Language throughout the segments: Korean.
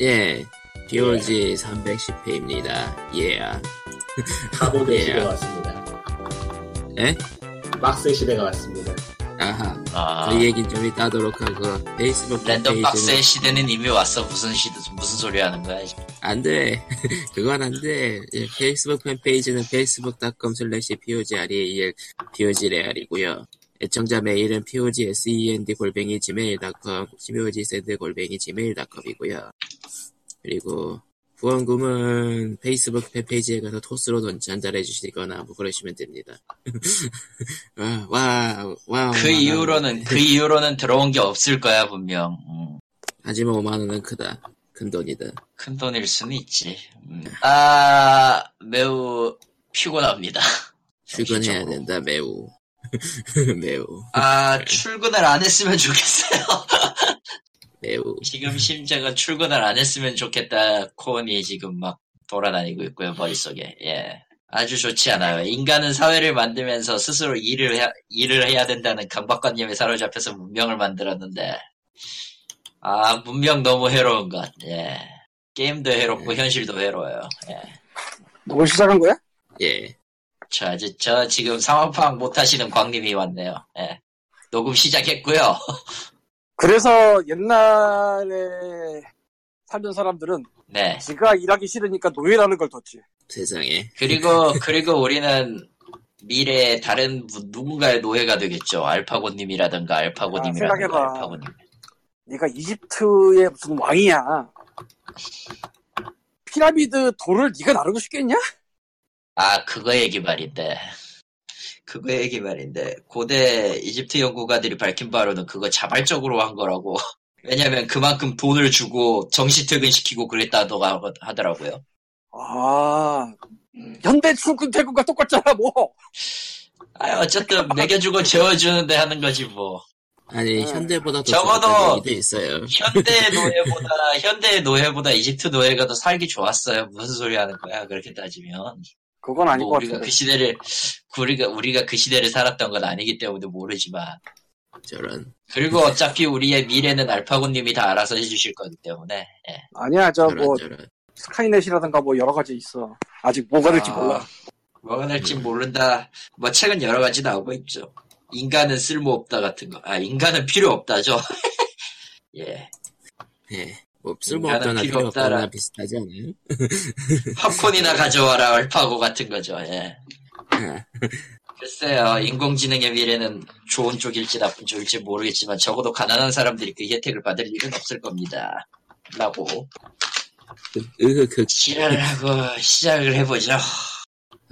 예, DOG 310회입니다. 예. 하고 예. 계시가 왔습니다. 예? 박스 시대가 왔습니다. 아하. 아, 그 얘기 좀 이따 하도록 하고, 페이스북 랜덤 박스의 홈페이지는 시대는 이미 왔어. 무슨 시대, 무슨 소리 하는 거야. 지금. 안 돼. 그건 안 돼. 예, 페이스북 팬페이지는 facebook.com slash pogreal, pogreal이고요. 애청자 메일은 pogsend E 골뱅이 gmail.com, pogsend 골뱅이 gmail.com이고요. 그리고 후원금은 페이스북 팬페이지에 가서 토스로 돈 전달해 주시거나 뭐 그러시면 됩니다. 와, 와, 와. 그 이후로는, 그 이후로는 들어온 게 없을 거야, 분명. 음, 하지만 5만원은 크다. 큰 돈이다. 큰 돈일 수는 있지. 음. 아, 매우 피곤합니다. 출근해야 그 정신적으로. 된다, 매우. 매우, 아, 출근을 안 했으면 좋겠어요. 매우. 지금 심장은 출근을 안 했으면 좋겠다. 코언이 지금 막 돌아다니고 있고요, 머릿속에. 예. 아주 좋지 않아요. 인간은 사회를 만들면서 스스로 일을 해야, 일을 해야 된다는 강박관념에 사로잡혀서 문명을 만들었는데, 아, 문명 너무 해로운 것. 예. 게임도 해롭고, 현실도 해로워요. 예. 누굴 시작한 거야? 예. 저, 아직, 저 지금 상황 파악 못 하시는 광님이 왔네요. 예. 녹음 시작했고요. 그래서 옛날에 살던 사람들은 네. 지가 일하기 싫으니까 노예라는 걸 뒀지. 세상에. 그리고 그리고 우리는 미래의 다른 무- 누군가의 노예가 되겠죠. 알파고님이라든가 아, 알파고님이라든가 생각해봐. 알파고님. 네가 이집트의 무슨 왕이야. 피라미드 돌을 네가 나르고 싶겠냐? 아 그거 얘기 말인데 그거 얘기 말인데 고대 이집트 연구가들이 밝힌 바로는 그거 자발적으로 한 거라고. 왜냐면 그만큼 돈을 주고 정시 퇴근시키고 그랬다고 하- 하더라고요. 아, 현대 출근 퇴근과 똑같잖아, 뭐. 아 어쨌든 먹여주고 재워주는데 하는 거지 뭐. 아니 어. 현대보다 더 적어도- 좋았던 얘기도 있어요. 현대 노예보다 현대 노예보다 이집트 노예가 더 살기 좋았어요. 무슨 소리 하는 거야? 그렇게 따지면 그건 아닌 뭐 것 우리가 같아. 그 시대를 우리가 우리가 그 시대를 살았던 건 아니기 때문에 모르지만 저런 그리고 어차피 우리의 미래는 알파고님이 다 알아서 해주실 거기 때문에 예. 아니야, 저 저런 뭐 그렇죠. 저런. 스카이넷이라든가 뭐 여러 가지 있어. 아직 뭐가 될지 아, 몰라. 뭐가 될지 모른다. 뭐 책은 여러 가지 나오고 있죠. 인간은 쓸모없다 같은 거. 아 인간은 필요 없다죠. 예. 예. 뭐 쓸모없다나 인간은 필요 필요 없다나 없다라. 비슷하지 않아요? 팝콘이나 가져와라 알파고 같은 거죠. 예. 아, 글쎄요, 인공지능의 미래는 좋은 쪽일지 나쁜 쪽일지 모르겠지만 적어도 가난한 사람들이 그 혜택을 받을 일은 없을 겁니다. 라고 으흐 그, 지랄을 하고 시작을 해보죠.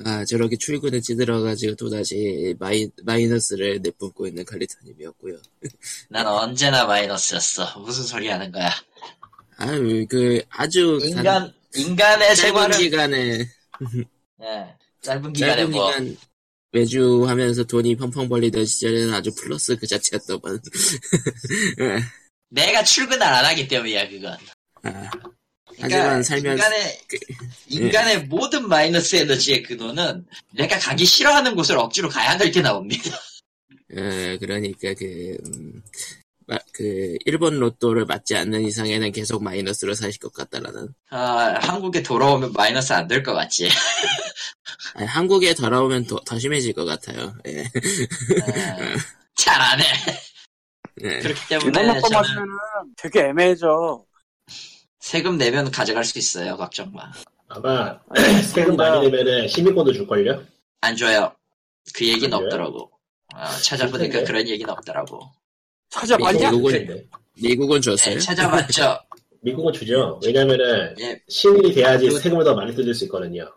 아 저렇게 출근에 찌들어가지고 또다시 마이, 마이너스를 내뿜고 있는 칼리타님이었고요. 난 언제나 마이너스였어. 무슨 소리 하는 거야. 아유 그 아주 단- 인간, 인간의 짧은 생활은 기간에 예, 짧은 기간에 짧은 뭐 기간 외주하면서 돈이 펑펑 벌리던 시절에는 아주 플러스 그 자체였더만. 예. 내가 출근을 안 하기 때문이야 그건. 아, 그러니까 하지만 살면서- 그- 인간의 인간의 모든 마이너스 에너지의 근원은 내가 가기 싫어하는 곳을 억지로 가야 될 게 나옵니다. 어, 그러니까 그, 음, 마- 그 일본 로또를 맞지 않는 이상에는 계속 마이너스로 사실 것 같다라는. 아, 한국에 돌아오면 마이너스 안 될 것 같지. 아니, 한국에 돌아오면 더, 더 심해질 것 같아요. 예. 예. 잘 안 해. 예. 그렇기 일본 때문에 로또 저는 맞으면은 되게 애매해져. 세금 내면 가져갈 수 있어요. 걱정 마. 아마 세금 많이 내면은 시민권도 줄걸요? 안 줘요. 그 얘기는 그래요? 없더라고. 아, 찾아보니까 그래요? 그런 얘기는 없더라고. 찾아봤냐? 미국은- 그런데 미국은 줬어요. 네, 찾아봤죠. 네. 미국은 주죠. 왜냐면은 예, 시민이 돼야지 그- 세금을 더 많이 뜯을 수 있거든요.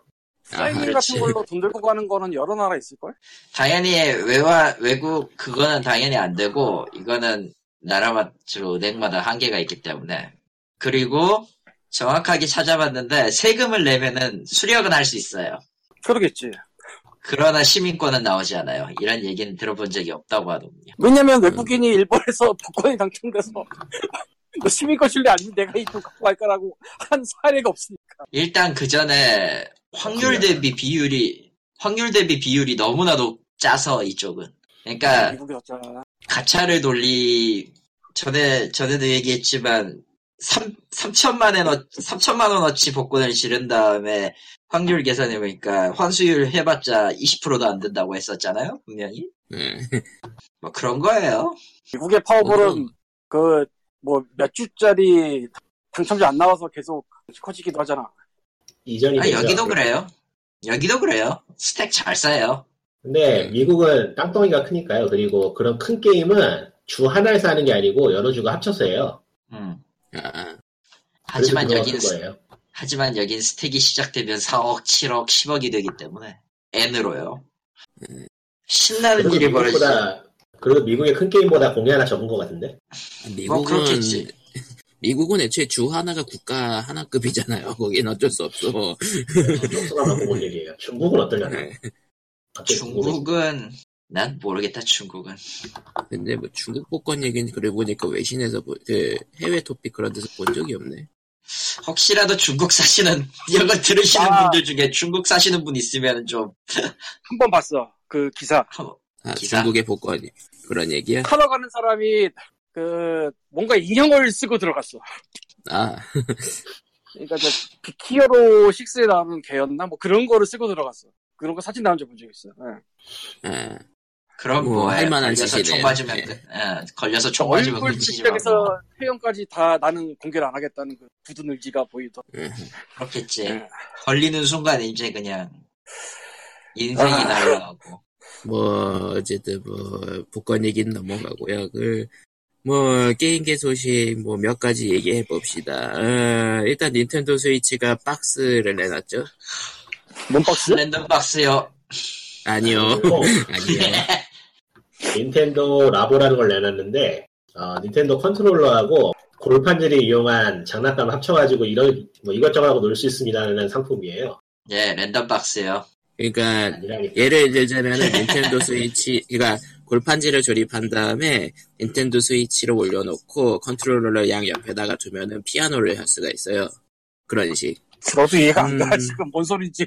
아하, 사이닝 그렇지. 같은 걸로 돈 들고 가는 거는 여러 나라 있을걸? 당연히 외화 외국 그거는 당연히 안 되고 이거는 나라마다로 은행마다 한계가 있기 때문에 그리고 정확하게 찾아봤는데 세금을 내면은 수령은 할 수 있어요. 그러겠지. 그러나 시민권은 나오지 않아요. 이런 얘기는 들어본 적이 없다고 하더군요. 왜냐면 외국인이 일본에서 복권이 당첨돼서 너 시민권 실례 아니면 내가 이 돈 갖고 갈 거라고 한 사례가 없으니 일단 그 전에 확률 그래요? 대비 비율이 확률 대비 비율이 너무나도 짜서 이쪽은 네. 그러니까 미국이 어쩌나 가차를 돌리 전에 전에도 얘기했지만 3, 3천만 원, 어- 3천만 원어치 복권을 지른 다음에 확률 계산해보니까 환수율 해봤자 20%도 안 된다고 했었잖아요, 분명히. 네. 뭐 그런 거예요. 미국의 파워볼은 음. 그 뭐 몇 주짜리 당첨자 안 나와서 계속 커지기도 하잖아. 이전이 아, 되죠. 여기도 그래요. 여기도 그래요. 스택 잘 쌓여요. 근데 음. 미국은 땅덩이가 크니까요. 그리고 그런 큰 게임은 주 하나에서 하는 게 아니고 여러 주가 합쳐서 해요. 음. 아, 하지만 그래서 여긴, 그런 스- 거예요. 하지만 여긴 스택이 시작되면 4억, 7억, 10억이 되기 때문에 N으로요. 신나는 음. 그래서 일이 벌어지죠. 미국보다 그리고 미국의 큰 게임보다 공이 하나 적은 것 같은데. 뭐 미국은 그렇겠지. 미국은 애초에 주 하나가 국가 하나급이잖아요. 거긴 어쩔 수 없어. 아, 수가 많고 볼 얘기예요. 중국은 어떠려나? 네. 갑자기 궁금해지- 중국은 네. 난 모르겠다. 중국은 근데 뭐 중국 복권 얘기는 그래 보니까 외신에서 보- 그 해외 토픽 그런 데서 본 적이 없네. 혹시라도 중국 사시는 이거 들으시는 아. 분들 중에 중국 사시는 분 있으면 좀 한 번 봤어 그 기사. 한번- 아, 기사. 중국의 복권이 그런 얘기야? 타러 가는 사람이 그 뭔가 인형을 쓰고 들어갔어. 아, 그러니까 저 빅히어로 6에 나오는 개였나 뭐 그런 거를 쓰고 들어갔어. 그런 거 사진 나온 적 본 적 있어. 예. 아, 그럼 뭐, 뭐 할 만한 걸려서 짓이네요. 총 맞으면 예. 끝. 예, 걸려서 총 맞으면 얼굴 끝이지 말고. 직장에서 회원까지 다 나는 공개를 안 하겠다는 그 굳은 의지가 보이더. 그렇겠지. 예. 걸리는 순간 이제 그냥 인생이 아. 날아가고. 뭐 어쨌든 뭐 복권 얘기는 넘어가고요. 그 뭐 게임계 소식 뭐 몇 가지 얘기해 봅시다. 어, 일단 닌텐도 스위치가 박스를 내놨죠? 몸박스? 랜덤 박스요. 아니요, 네. 아니요. 그리고 어. 닌텐도 라보라는 걸 내놨는데 어, 닌텐도 컨트롤러하고 골판지를 이용한 장난감 합쳐가지고 이런 뭐 이것저것 하고 놀 수 있습니다라는 상품이에요. 예, 랜덤 박스요. 그러니까 아니라니. 예를 들자면 닌텐도 스위치, 그러니까 골판지를 조립한 다음에 닌텐도 스위치를 올려놓고 컨트롤러 양 옆에다가 두면은 피아노를 할 수가 있어요. 그런 식. 저도 이해가 안 가. 음. 지금 뭔 소린지.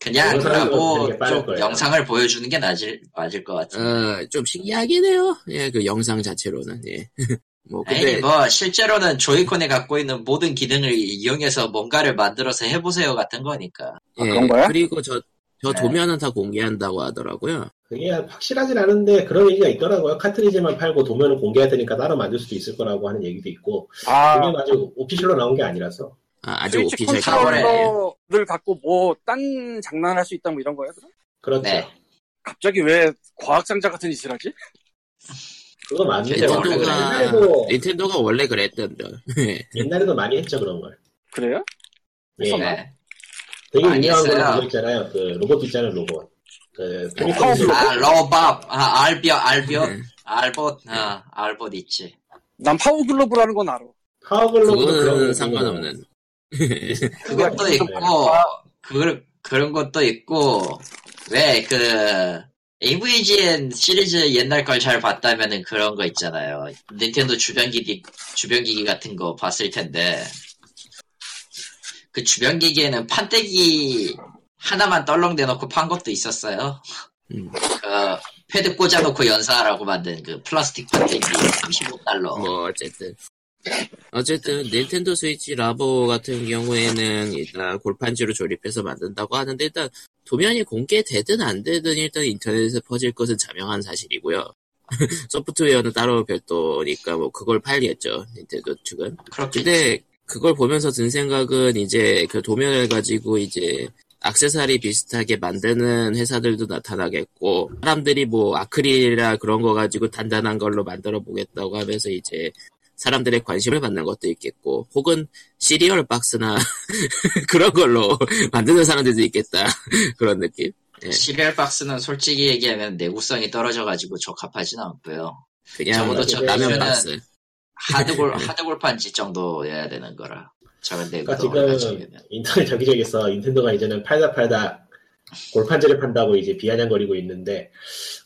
그냥 영상으로 그러고 되게 빠를 좀 거예요. 영상을 보여주는 게 나질, 맞을 것 같아. 어, 좀 신기하긴 해요. 예, 그 영상 자체로는, 예. 뭐, 아니 근데, 뭐 실제로는 조이콘에 갖고 있는 모든 기능을 이용해서 뭔가를 만들어서 해보세요 같은 거니까 아, 예, 그런 거야? 그리고 저, 저 네. 도면은 다 공개한다고 하더라고요. 그게 확실하진 않은데 그런 얘기가 있더라고요. 카트리지만 팔고 도면을 공개할 테니까 따로 만들 수도 있을 거라고 하는 얘기도 있고 아, 그게 아주 오피셜로 나온 게 아니라서 아, 아직 스위치 오피셜 가버려요. 컨트롤러를 갖고 뭐 딴 장난을 할 수 있다 뭐 이런 거야? 그럼? 그렇죠. 네. 갑자기 왜 과학상자 같은 짓을 하지? 그거 맞는데 닌텐도가- 원래 그래. 옛날에도 닌텐도가 원래 그랬던데. 예. 옛날에도 많이 했죠 그런 걸. 그래요? 예. 했었나? 네. 되게 많이 유명한 했어요. 거는 그거 있잖아요. 그 로봇 있잖아요 로봇. 그 어, 페리콘 아 러밥 아 알비어 알비어 네. 알봇 아 알봇 있지 난 파워글로브라는 건 알아. 파워글로브도 그런 그거는 거 상관없는. 그것도 네. 있고 그걸 그런 것도 있고 왜 그 AVGN 시리즈 옛날 걸 잘 봤다면은 그런 거 있잖아요 닌텐도 주변기기 주변기기 같은 거 봤을 텐데 그 주변기기에는 판때기 하나만 떨렁대놓고 판 것도 있었어요 음. 그 패드 꽂아놓고 연사하라고 만든 그 플라스틱 판때기 35달러 뭐 어쨌든 어쨌든 닌텐도 스위치 라보 같은 경우에는 일단 골판지로 조립해서 만든다고 하는데 일단 도면이 공개되든 안 되든 일단 인터넷에서 퍼질 것은 자명한 사실이고요. 소프트웨어는 따로 별도니까 뭐 그걸 팔겠죠 닌텐도 측은. 그렇게 근데 그걸 보면서 든 생각은 이제 그 도면을 가지고 이제 악세사리 비슷하게 만드는 회사들도 나타나겠고 사람들이 뭐 아크릴이라 그런 거 가지고 단단한 걸로 만들어 보겠다고 하면서 이제 사람들의 관심을 받는 것도 있겠고 혹은 시리얼 박스나 그런 걸로 만드는 사람들도 있겠다 그런 느낌 예. 시리얼 박스는 솔직히 얘기하면 내구성이 떨어져가지고 적합하진 않고요. 그냥 적어도 저 라면 라면은- 박스 하드골 하드골판지 정도여야 되는 거라. 저런 그러니까 내구성을 지금 가지면 인터넷 여기저기서 닌텐도가 이제는 팔다 팔다 골판지를 판다고 이제 비아냥거리고 있는데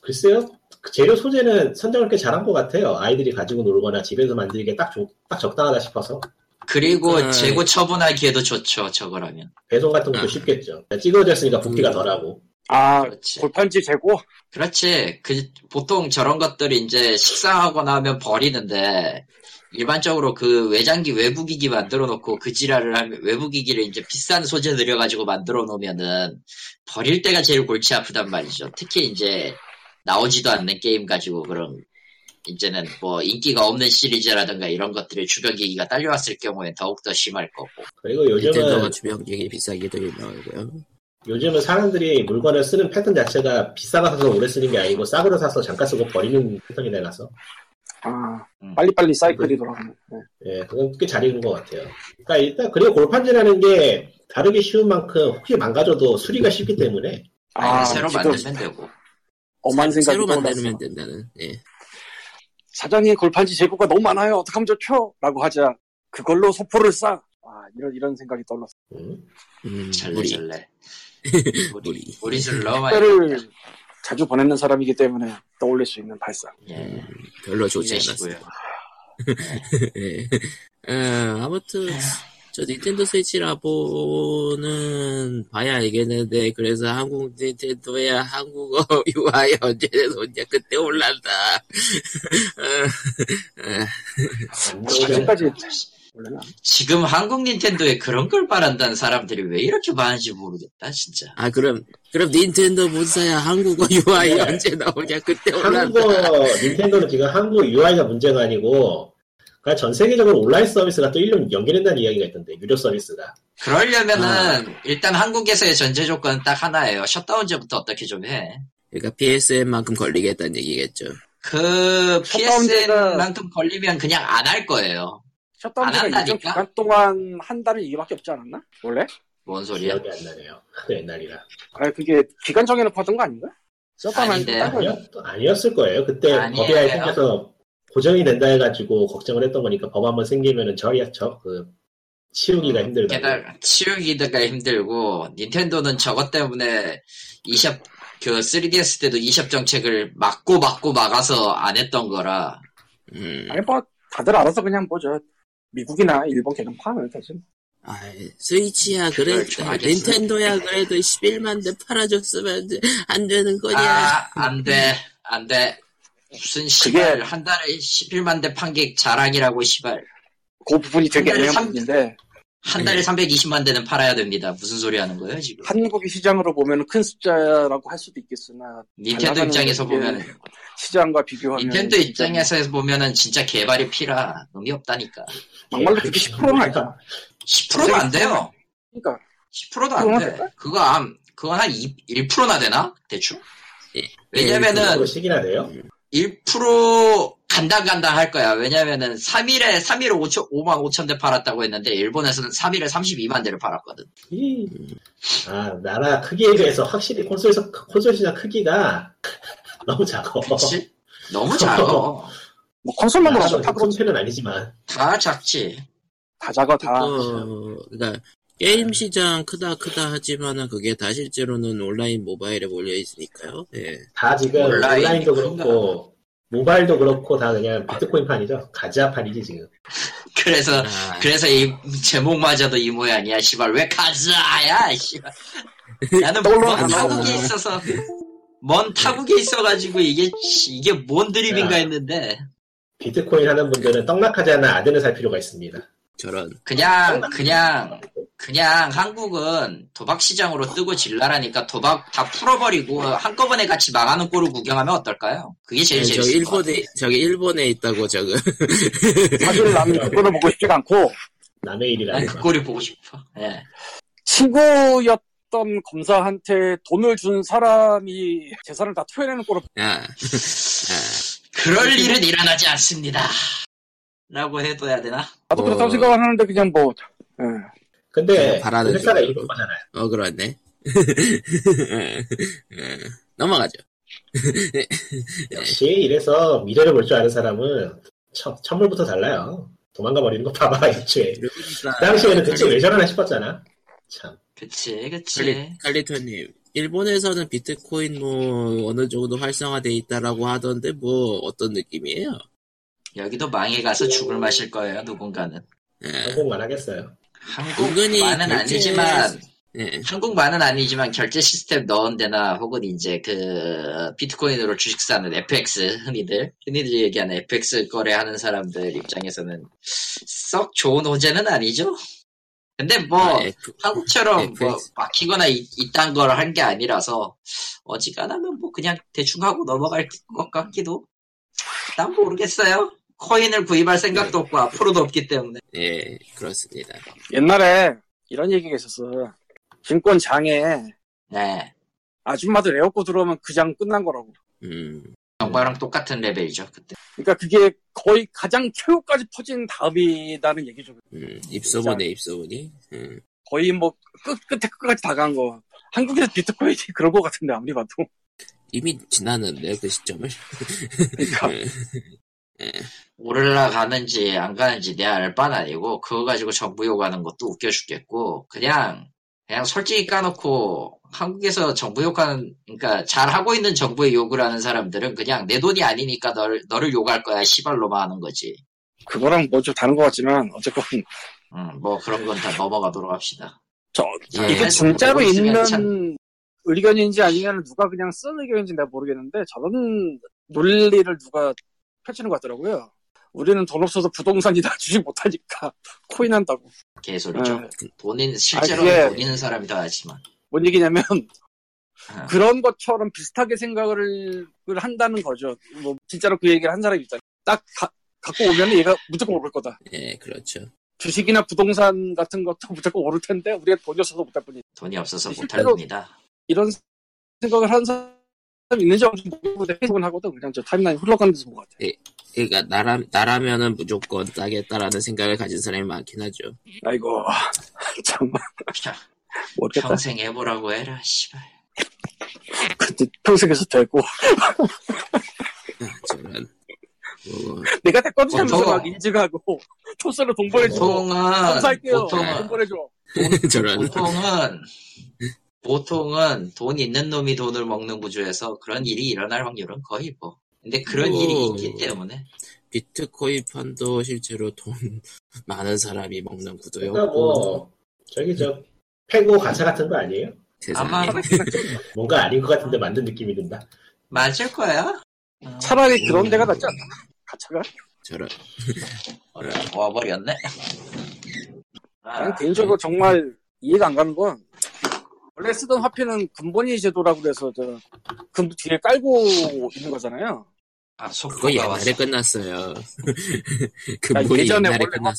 글쎄요 그 재료 소재는 선정을 꽤 잘한 것 같아요 아이들이 가지고 놀거나 집에서 만들기에 딱, 좋- 딱 적당하다 싶어서 그리고 네. 음. 재고 처분하기에도 좋죠. 저거라면 배송 같은 것도 아. 음. 쉽겠죠 찍어졌으니까 부피가 덜하고 아, 그렇지. 골판지 재고? 그렇지. 그 보통 저런 것들이 이제 식상하거나 하면 버리는데 일반적으로 그 외장기 외부 기기 만들어 놓고 그 지랄을 하면 외부 기기를 이제 비싼 소재 늘여 가지고 만들어 놓으면은 버릴 때가 제일 골치 아프단 말이죠. 특히 이제 나오지도 않는 게임 가지고 그런 이제는 뭐 인기가 없는 시리즈라든가 이런 것들을 주변 기기가 딸려왔을 경우에 더욱더 심할 거고. 그리고 닌텐도가 요즘은 주변 기기 비싸기도 유명하고요. 요즘은 사람들이 물건을 쓰는 패턴 자체가 비싸가 사서 오래 쓰는 게 아니고 싸구려 사서 잠깐 쓰고 버리는 패턴이 돼놔서 아, 음. 빨리빨리 사이클이 돌아가는. 네. 예 그건 꽤 잘 읽은 것 같아요. 그러니까 일단 그리고 골판지라는 게 다루기 쉬운 만큼 혹시 망가져도 수리가 쉽기 때문에 아니, 새로 지금 만들면 되고. 엄한 생각이 새로 떠올랐어. 만들면 된다는. 예. 사장님 골판지 재고가 너무 많아요. 어떡하면 좋죠? 라고 하자. 그걸로 소포를 싸. 아, 이런, 이런 생각이 떠올랐어. 음, 음, 우리 잘래잘래. 우리 우리. 우리 술 너무 많이. 택배를 자주 보내는 사람이기 때문에 떠올릴 수 있는 발상. 예. 별로 좋지 않았어요. 힘내시고요. 예. 에, 아무튼 저 닌텐도 스위치 라보는 봐야 알겠는데 그래서 한국 닌텐도야 한국어 UI 언제 오냐 그때 올란다. 네. 그러니까 지금까지 원래는 지금 한국 닌텐도에 그런 걸 바란다는 사람들이 왜 이렇게 많은지 모르겠다 진짜. 아 그럼 그럼 닌텐도 본사야 한국어 UI 네. 언제 나오냐 그때 올란다. 한국어 닌텐도는 지금 한국 UI가 문제가 아니고 그러니까 전 세계적으로 온라인 서비스가 또 1년 연기된다는 이야기가 있던데 유료 서비스가 그러려면은 아. 일단 한국에서의 전제 조건은 딱 하나예요. 셧다운제부터 어떻게 좀 해. 그러니까 PSN만큼 걸리겠다는 얘기겠죠. 그 셧다운제가- PSN만큼 걸리면 그냥 안 할 거예요. 안 셧다운제가 한다니까? 일정 기간 동안 한 달을 이밖에 없지 않았나? 원래? 뭔 소리야? 기억이 안 나네요. 하도 옛날이라 아 그게 기간 정해놓고 하던 거 아닌가? 셧다운 아니고 아닌데요. 딴 거예요. 아니었, 아니었을 거예요. 그때 아니에요. 법이 아예 생겨서 고정이 된다 해가지고 걱정을 했던 거니까 법 한번 생기면은 저리야 저그 어, 치우기가 힘들다. 게다가 치우기가 힘들고 닌텐도는 저것 때문에 이샵 그 3DS 때도 이샵 정책을 막고 막고 막아서 안 했던 거라 음. 아니 뭐 다들 알아서 그냥 뭐죠 미국이나 일본 걔는 파는 사실 아, 스위치야 그래 그걸 좀 아, 알겠어요. 닌텐도야 그래도 11만 대 팔아줬으면 안 되는 거냐. 아, 안 돼, 안 돼. 무슨 시발 한 달에 11만 대 판 게 자랑이라고 시발 그 부분이 되게 근데 애매한 삼- 부분인데 한 달에 320만 대는 팔아야 됩니다. 무슨 소리 하는 거예요 지금? 예. 한국의 시장으로 보면 큰 숫자라고 할 수도 있겠으나 닌텐도 나가는 입장에서 게 보면 시장과 비교하면 닌텐도 진짜 입장에서 보면은 진짜 개발이 피라 의미 없다니까. 막말로 그렇게 10%는 아니잖아 10%도 안 돼요. 그러니까 10%도 그건 안 돼. 될까? 그거 안, 그건 한 2, 1%나 되나? 대충? 예. 왜냐면은 예. 10%씩이나 돼요. 1% 간당간당 할 거야. 왜냐면은 3일에, 3일에 5천, 5만 5천 대 팔았다고 했는데, 일본에서는 3일에 32만 대를 팔았거든. 이- 아 나라 크기에 비해서 확실히 콘솔에서 콘솔 시장 크기가 너무 작어. 그치? 너무 작아. 뭐 콘솔만 그렇죠 다 그렇지 콘솔은 아니지만 다 작지. 다 작아 다 어, 그러니까 게임 시장 크다 크다 하지만은 그게 다 실제로는 온라인 모바일에 몰려 있으니까요. 예. 다 지금 온라인이 온라인도 큰가? 그렇고 모바일도 그렇고 다 그냥 비트코인판이죠. 가지아판이지 지금. 그래서, 아, 그래서 이 제목마저도 이 모양이야. 씨발, 왜 가즈아야, 씨발. 나는 먼 떠올라가나 타국에 보네. 있어서, 먼 타국에 있어가지고 이게, 씨, 이게 뭔 드립인가 했는데, 비트코인 하는 분들은 떡락하지 않은 아덴을 살 필요가 있습니다. 저런. 그냥, 그냥, 그냥 한국은 도박 시장으로 뜨고 질라라니까 도박 다 풀어버리고 한꺼번에 같이 망하는 꼴을 구경하면 어떨까요? 그게 제일 아니, 네, 저 재밌을 것 일본에 같아요. 저기 일본에 있다고 저거. 사실 나는 그거는 보고 싶지가 않고 남의 난 일이라는 그 거. 꼴이 보고 싶어. 예. 친구였던 검사한테 돈을 준 사람이 재산을 다 토해내는 꼴을 아, 아, 그럴 일은 뭐- 일어나지 않습니다. 라고 해둬야 되나? 나도 어. 그렇다고 생각은 하는데 그냥 뭐 예. 근데 그 바라는 회사가 쪽으로. 이런 거잖아요. 어 그렇네. 예, 예. 넘어가죠. 역시 이래서 미래를 볼 줄 아는 사람은 첫, 첫물부터 달라요. 도망가 버리는 거 봐봐 일주에. 그 당시에는 대체 왜 저러나 싶었잖아. 참. 그치, 그치. 칼리, 칼리토님. 일본에서는 비트코인 뭐 어느 정도 활성화돼 있다라고 하던데 뭐 어떤 느낌이에요? 여기도 망해가서 죽을 맛일 거예요, 누군가는. 예. 성공만 하겠어요. 한국 은근히 만은 결제해서- 아니지만, 예. 한국만은 아니지만 결제 시스템 넣은 데나 혹은 이제 그 비트코인으로 주식 사는 FX 흔히들 흔히들 얘기하는 FX 거래하는 사람들 입장에서는 썩 좋은 호재는 아니죠. 근데 뭐 아, F- 한국처럼 FX. 뭐 막히거나 이, 이딴 걸 한 게 아니라서 어지간하면 뭐 그냥 대충 하고 넘어갈 것 같기도 난 모르겠어요. 코인을 구입할 생각도 없고 앞으로도 없기 때문에 예, 그렇습니다. 옛날에 이런 얘기가 있었어. 증권 장에 네 아줌마들 에어코 들어오면 그 장 끝난 거라고. 음, 정과랑 똑같은 레벨이죠 그때. 그러니까 그게 거의 가장 최후까지 퍼진 다음이라는 얘기죠. 음, 입소문에 입소문이. 음, 거의 뭐 끝, 끝에 끝까지 다 간 거. 한국에서 비트코인이 그런 거 같은데 아무리 봐도. 이미 지났는데, 그 시점을. 그러니까 예. 올라가는지 안 가는지 내 알 바 아니고 그거 가지고 정부 욕하는 것도 웃겨 죽겠고 그냥 그냥 솔직히 까놓고 한국에서 정부 욕하는 그러니까 잘 하고 있는 정부의 욕을 하는 사람들은 그냥 내 돈이 아니니까 널, 너를 욕할 거야 시발로만 하는 거지 그거랑 뭐 좀 다른 것 같지만 어쨌건 음, 뭐 그런 건 다 넘어가도록 합시다 저 예. 이게 진짜로 모르겠으면 있는 참- 의견인지 아니면 누가 그냥 쓴 의견인지 내가 모르겠는데 저런 논리를 누가 펼치는 것 같더라고요. 우리는 돈 없어서 부동산이다 주식 못하니까 코인 한다고. 개소리죠 예. 돈인 실제로 아, 그게- 돈 있는 사람이 더 하지만 뭔 얘기냐면 아. 그런 것처럼 비슷하게 생각을 한다는 거죠. 뭐 진짜로 그 얘기를 한 사람이 있잖아요. 딱 가- 갖고 오면 얘가 무조건 오를 거다. 예, 그렇죠. 주식이나 부동산 같은 것도 무조건 오를 텐데 우리가 돈이 없어서 못할 뿐이 돈이 없어서 못할 실제로- 겁니다 이런 생각을 하는 사람 이 있는지 없는지 모르겠는데 해석은 하거든 그냥 저 타임라인 흘러가는 데서 본것 같아 그러니까 나라 나라면은 무조건 따겠다라는 생각을 가진 사람이 많긴 하죠. 아이고 정말 자, 모르겠다 평생 해보라고 해라 씨발 그때 평생에서 되고 아, 저런. 뭐, 내가 됐거든 하면서 보통- 막 인증하고 토스로 돈 보내줘 보통은 감사할게요 네. 보통은 돈 보내줘 뭐. 저런. 보통은 보통은 돈 있는 놈이 돈을 먹는 구조에서 그런 일이 일어날 확률은 거의 뭐. 근데 그런 오. 일이 있기 때문에 비트코인 펀도 실제로 돈 많은 사람이 먹는 구도였고. 그러니까 뭐 저기 저 패고 가차 같은 거 아니에요? 세상에. 아마 뭔가 아닌 것 같은데 만든 느낌이 든다. 맞을 거야. 어, 차라리 그런 데가 낫지 않나 가차가 저런. 어라, 와버렸네. 난 아, 개인적으로 정말 이해가 안 가는 건 원래 쓰던 화폐는 근본이 제도라고 그래서 저 금 뒤에 깔고 있는 거잖아요. 아, 그거 속도가 왔어. 옛날에 끝났어요. 그러니까 근본이 예전에 옛날에 원래 끝났어.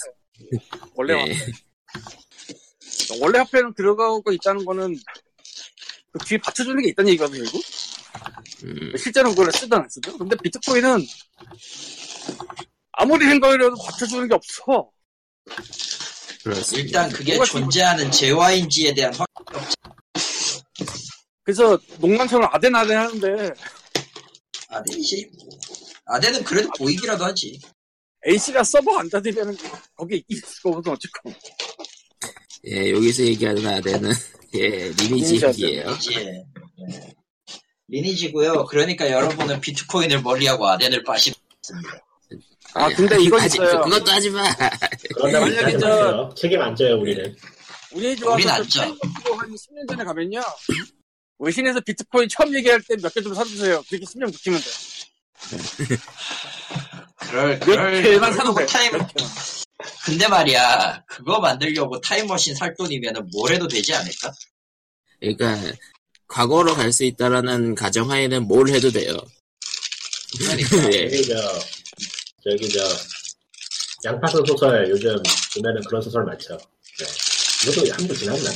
화폐, 원래 예. 화폐. 원래 화폐는 들어가고 있다는 거는 그 뒤에 받쳐주는 게 있다는 얘기거든요. 이거? 음, 실제로 그걸 쓰든 안 쓰든. 근데 비트코인은 아무리 생각해도 받쳐주는 게 없어. 그렇습니다. 일단 그게 뭐가 존재하는 재화인지에 대한 확. 그래서 농담처럼 아덴아덴 하는데 아대지. 아대는 그래도 보이기라도 하지. A씨가 서버 안 닫으면 거기 있을 거거든 어쨌건. 예, 여기서 얘기하는 아대는 예, 리니지 리니지예요. 이제 예. 리니지고요. 그러니까 여러분은 비트코인을 멀리하고 아덴을 빠시. 아 근데 이건 하지- 있어요. 예. 그것도 하지 마. 그런다고 예, 하지 저- 마세요. 책임 안 져요 우리는. 우리 우린 좋아서 그 안 쪄. 한 10년 전에 가면요. 외신에서 비트코인 처음 얘기할 때 몇 개 좀 사주세요. 그렇게 10년 붙이면 돼. 그럴 몇 그럴 그렇죠. 개만 그럴 사도 돼. 타임 몇 개만. 근데 말이야, 그거 만들려고 타임머신 살 돈이면 뭘 해도 되지 않을까? 그러니까 과거로 갈 수 있다라는 가정하에는 뭘 해도 돼요. 그러니까. 예. 저기 저 저기 저 양파소 소설 요즘 보면은 그런 소설 많죠. 네. 이것도 한번 지났나?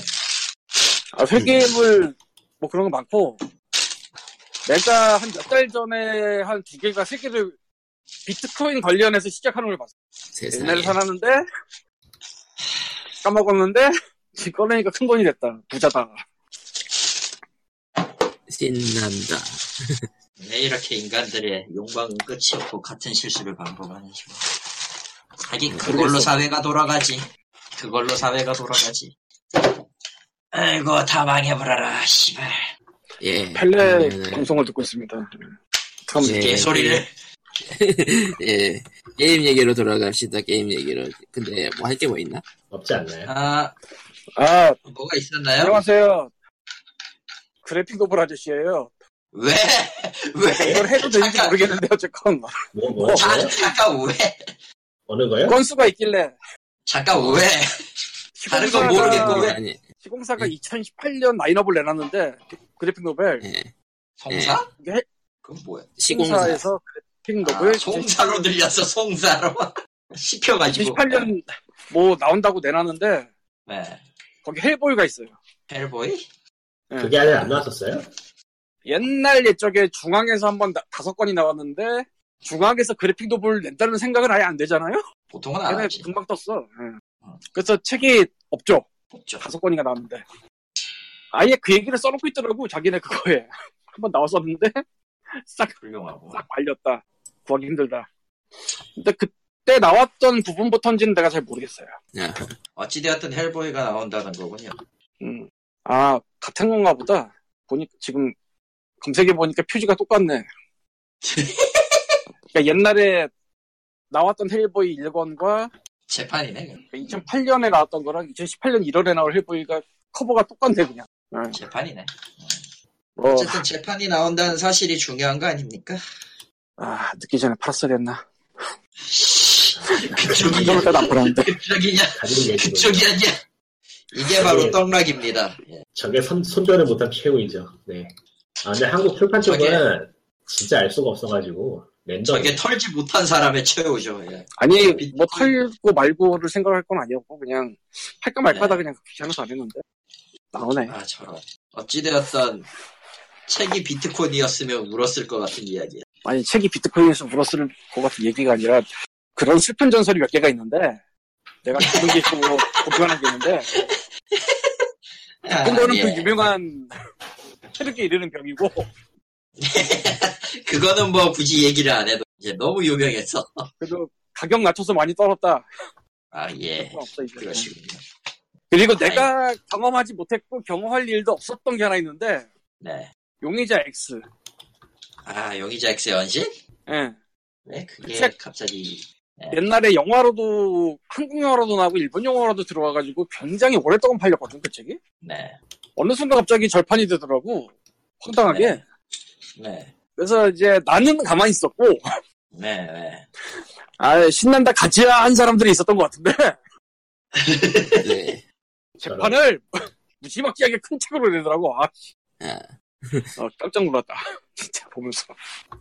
아, 음. 회계물 뭐 그런 거 많고 내가 한 몇 달 전에 한 두 개가 세 개를 비트코인 관련해서 시작하는 걸 봤어. 세상에. 옛날에 사놨는데 까먹었는데 지금 꺼내니까 큰 돈이 됐다. 부자다. 신난다. 왜 이렇게 인간들의 욕망은 끝이 없고 같은 실수를 반복하는지. 뭐. 하긴 음, 그걸로 모르겠어. 사회가 돌아가지. 그걸로 사회가 돌아가지. 아이고 다 망해버려라 씨발 예. 펠레 음. 그러면은, 방송을 듣고 있습니다. 예. 참 예. 개소리를 예. 게임 얘기로 돌아갑시다. 게임 얘기로. 근데 뭐 할 게 뭐 있나? 없지 않나요? 아 아, 뭐가 있었나요? 안녕하세요. 그래픽 노블 아저씨예요. 왜? 이걸 왜? 해도 되는지 잠깐. 모르겠는데 어쨌건 뭐, 뭐, 뭐, 뭐요? 자, 잠깐 왜? 어느 거요? 건수가 있길래 잠깐 왜? 다른 건 시공사가- 모르겠고 왜? 아니, 시공사가 예. 2018년 라인업을 내놨는데 그래픽 노벨 예. 송사? 이게 그건 뭐야? 시공사 시공사에서 그래픽 노벨 아, 송사로 들렸어 송사로 씹혀가지고 2018년 뭐 나온다고 내놨는데 네. 거기 헬보이가 있어요. 헬보이? 예. 그게 아직 안 나왔었어요? 옛날 옛적에 중앙에서 한 번 다섯 건이 나왔는데 중앙에서 그래픽 노블 낸다는 생각은 아예 안 되잖아요. 보통은 안 걔네 하지 금방 떴어. 예. 어. 그래서 책이 없죠. 없죠 다섯 건이가 나왔는데 아예 그 얘기를 써놓고 있더라고 자기네 그거에 한 번 나왔었는데 싹 훌륭하고 싹 말렸다. 구하기 힘들다. 근데 그때 나왔던 부분부터인지는 내가 잘 모르겠어요. 아, 어찌되었든 헬보이가 나온다는 거군요 음. 아, 같은 건가 보다. 보니, 지금, 검색해보니까 표지가 똑같네. 그러니까 옛날에 나왔던 헬보이 1권과 그러니까 재판이네 그냥. 2008년에 나왔던 거랑 2018년 1월에 나올 헬보이가 커버가 똑같네, 그냥. 재판이네 뭐, 어쨌든 재판이 나온다는 사실이 중요한 거 아닙니까? 아, 늦기 전에 팔았어야 했나. 그쪽이 이정도 때도 안 팔았는데. 그쪽이냐 아, 가지고 계시고 그쪽이 아니야 그러니까. 이게 바로 떡락입니다 예. 저게 선, 손절을 못한 최후이죠. 네. 아, 근데 한국 출판 저게- 쪽은 진짜 알 수가 없어가지고 랜덤 저게 털지 못한 사람의 최후죠 예. 아니, 비트코인. 뭐 털고 말고를 생각할 건 아니었고, 그냥, 할까 말까다 그냥 귀찮아서 안 했는데. 나오네. 아 저런 어찌되었던 책이 비트코인이었으면 울었을 것 같은 이야기야 아니 책이 비트코인에서 물었을 것 같은 얘기가 아니라 그런 슬픈 전설이 몇 개가 있는데 내가 기쁜 게 있고 불편한 게 있는데 아, 그거는 예. 그 유명한 체력에 이르는 병이고 그거는 뭐 굳이 얘기를 안 해도 이제 너무 유명해서 그래도 가격 낮춰서 많이 떨었다 아 예 없어 이제 그러시군요 그리고 내가 경험하지 못했고 경험할 일도 없었던 게 하나 있는데 용의자 X 네. 네아 용의자 X 연신 예. 네 그게 책. 갑자기 옛날에 영화로도 한국 영화로도 나오고 일본 영화로도 들어와가지고 굉장히 오랫동안 팔렸거든 그 책이 네 어느 순간 갑자기 절판이 되더라고 황당하게 네. 네. 그래서 이제 나는 가만히 있었고 네, 네. 아 신난다 가지야 한 사람들이 있었던 것 같은데 네. 판을 무지막지하게 큰 책으로 내더라고 아 씨. 아. 어, 깜짝 놀랐다 진짜 보면서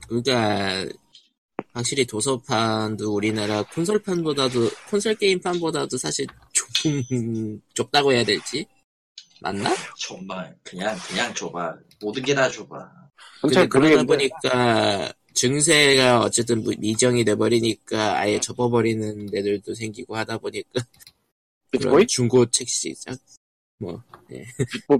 그러니까 확실히 도서판도 우리나라 콘솔판보다도 콘솔 게임판보다도 사실 좁 좁다고 해야 될지 맞나? 정말 그냥 그냥 좁아 모든 게 다 좁아 근데 잘 그러다 모르겠는데. 보니까 증세가 어쨌든 무- 미정이 돼버리니까 아예 접어버리는 데들도 생기고 하다 보니까 뭐 비트코인? 그런 중고 책 시장 뭐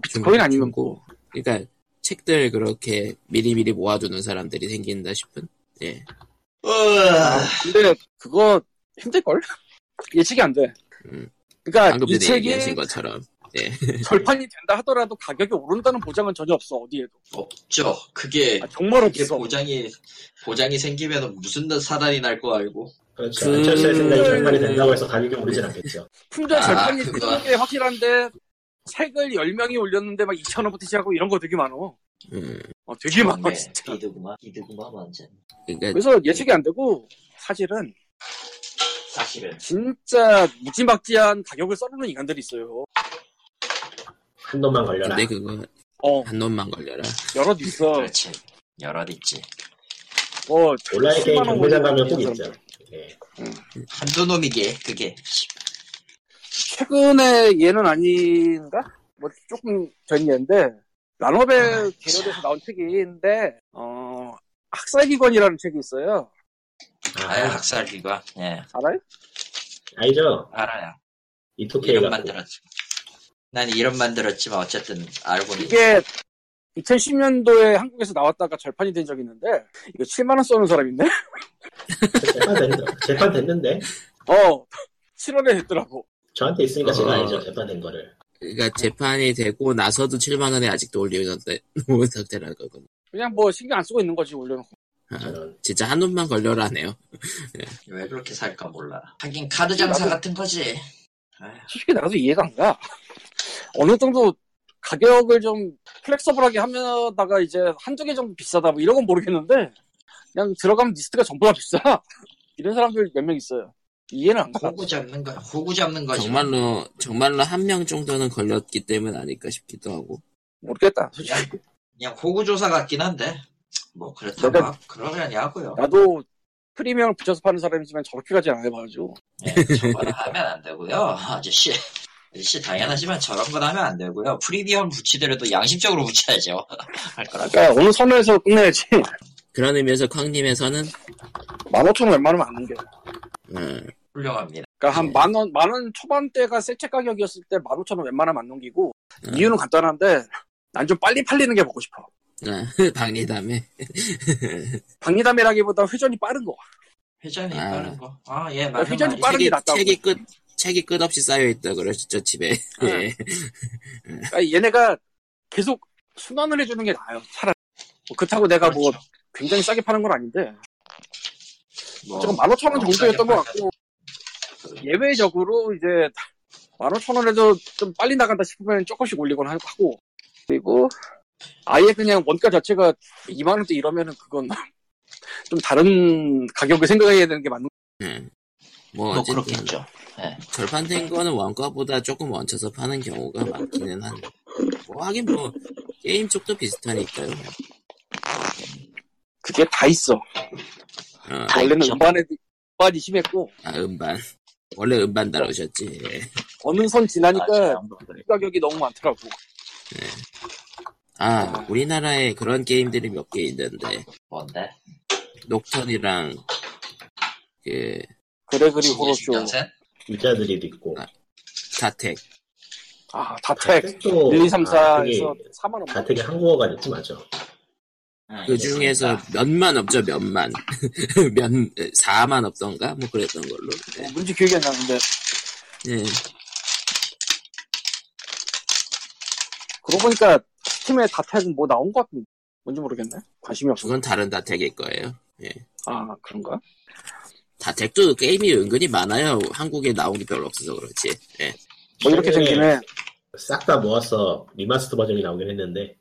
비트코인 아니면 중고. 뭐 그러니까 책들 그렇게 미리미리 모아두는 사람들이 생긴다 싶은 예 으아. 근데 그거 힘들걸? 예측이 안돼 음. 그러니까 방금 이 전에 책이 얘기하신 것처럼 절판이 된다 하더라도 가격이 오른다는 보장은 전혀 없어 어디에도 없죠 그게 아, 정말 그게 없어 보장이 보장이 생기면 무슨 사단이 날 거 알고 그렇죠. 그- 안철수의 생각이 절판이 된다고 해서 가격이 오르진 않겠죠. 품절 아, 절판이 그거. 되는 게 확실한데 책을 10명이 올렸는데 막 2,000원부터 시작하고 이런 거 되게 많어 음 어, 되게 많아 네, 진짜 비드구만 비드구만 완전 그러니까 그래서 예측이 안 되고 사실은 사실은 진짜 무지막지한 가격을 써놓는 인간들이 있어요. 한 놈만 걸려라. 근데 그거 어 한 놈만 걸려라 여럿 있어. 그렇지 여럿 있지 어 온라인 게임 10만 원 경매장 가면 올리는 꼭 있죠. 사람들. 예. 한두 놈이게 그게 최근에 얘는 아닌가? 뭐 조금 전 얘인데 라노벨 아, 계열에서 나온 책인데 어 학살기관이라는 책이 있어요. 아야 아, 학살기가 예 알아요? 알죠? 알아요 이토케이 이름 같고. 만들었지 난 이름 만들었지만 어쨌든 알고는 있- 이게 2010년도에 한국에서 나왔다가 절판이 된 적이 있는데 이거 7만 원 써는 사람인데 재판, 됐, 재판 됐는데? 어 7원에 됐더라고. 저한테 있으니까 제가 어. 알죠. 재판 된 거를. 그러니까 재판이 되고 나서도 7만 원에 아직도 올려놓은 놓은 상태라는 거군. 그냥 뭐 신경 안 쓰고 있는 거지 올려놓고. 아, 저는. 진짜 한 놈만 걸려라네요. 왜 그렇게 살까 몰라 하긴 카드 장사 나도- 같은 거지 솔직히 나도 이해가 안 가. 어느 정도 가격을 좀 플렉서블하게 하면다가 이제 한두 개 정도 비싸다 뭐 이런 건 모르겠는데 그냥 들어가면 리스트가 전부 다 비싸. 이런 사람들 몇 명 있어요. 이해는 안 가. 호구 잡는 거, 호구 잡는 거지. 정말로 정말로 한 명 정도는 걸렸기 때문 아닐까 싶기도 하고 모르겠다. 솔직히. 그냥, 그냥 호구 조사 같긴 한데 뭐 그렇다고 내가- 하- 그러려냐고요. 나도 프리미엄 붙여서 파는 사람이지만 저렇게까지 안 해봐가지고. 예, 저거는 하면 안 되고요, 아저씨. 아저씨 당연하지만 저런 건 하면 안 되고요. 프리미엄 붙이더라도 양심적으로 붙여야죠. 할 거라면. 그러니까 어느 선에서 끝내야지. 그런 의미에서 쾅님에서는 15,000원 웬만하면 안 넘겨. 음, 훌륭합니다. 그러니까 한 네. 만 원, 만 원 초반대가 세채 가격이었을 때 15,000원 웬만하면 안 넘기고 음. 이유는 간단한데 난 좀 빨리 팔리는 게 보고 싶어. 아, 박리담에 박리담이라기보다 회전이 빠른 거. 회전이 아. 빠른 거. 아, 예, 맞는 회전이 말이죠. 빠른 게 책이 낫다고. 책이 끝 책이 끝없이 쌓여 있다 그러죠 집에 음. 예. 그러니까 얘네가 계속 순환을 해주는 게 나아요. 차라리. 뭐 그렇다고 내가 뭐 그렇죠. 굉장히 싸게 파는 건 아닌데 뭐, 지금 15,000원 너무 싸게 정도였던 것 같고 예외적으로 이제 15,000원에도 좀 빨리 나간다 싶으면 조금씩 올리곤 하- 하고 그리고 아예 그냥 원가 자체가 2만 원대 이러면은 그건 좀 다른 가격을 생각해야 되는 게 맞는 음. 뭐 뭐 어쨌든 그렇겠죠. 절판된 거는 원가보다 조금 얹혀서 파는 경우가 많기는 한데 뭐 하긴 뭐 게임 쪽도 비슷하니까요 그게 다 있어. 어, 다 원래는 있죠. 음반에 음반이 심했고 아, 음반 원래 음반 다루셨지 예. 어느 선 지나니까 아, 저 가격이 너무 많더라고. 아 우리나라에 그런 게임들이 몇 개 있는데 뭔데? 녹턴이랑 그 그레그리 호로쇼. 신경센? 유자들이도 있고 아. 사택 아, 다텍. 또 1, 2, 3, 아, 4에서 4만 원. 다 되게 한국어가 됐지 맞죠? 응, 그 중에서 알겠습니다. 몇만 없죠 몇만 몇 4만 없던가 뭐 그랬던 걸로 뭐 네. 뭔지 기억이 안 나는데 예. 그러고 보니까 스팀에 다텍은 뭐 나온 것 같은데 뭔지 모르겠네. 관심이 없어. 그건 다른 다택일 거예요 아 그런가? 다택도 게임이 은근히 많아요 한국에 나온 게 별로 없어서 그렇지 예. 뭐 이렇게 네. 된 김에 싹 다 모아서 리마스터 버전이 나오긴 했는데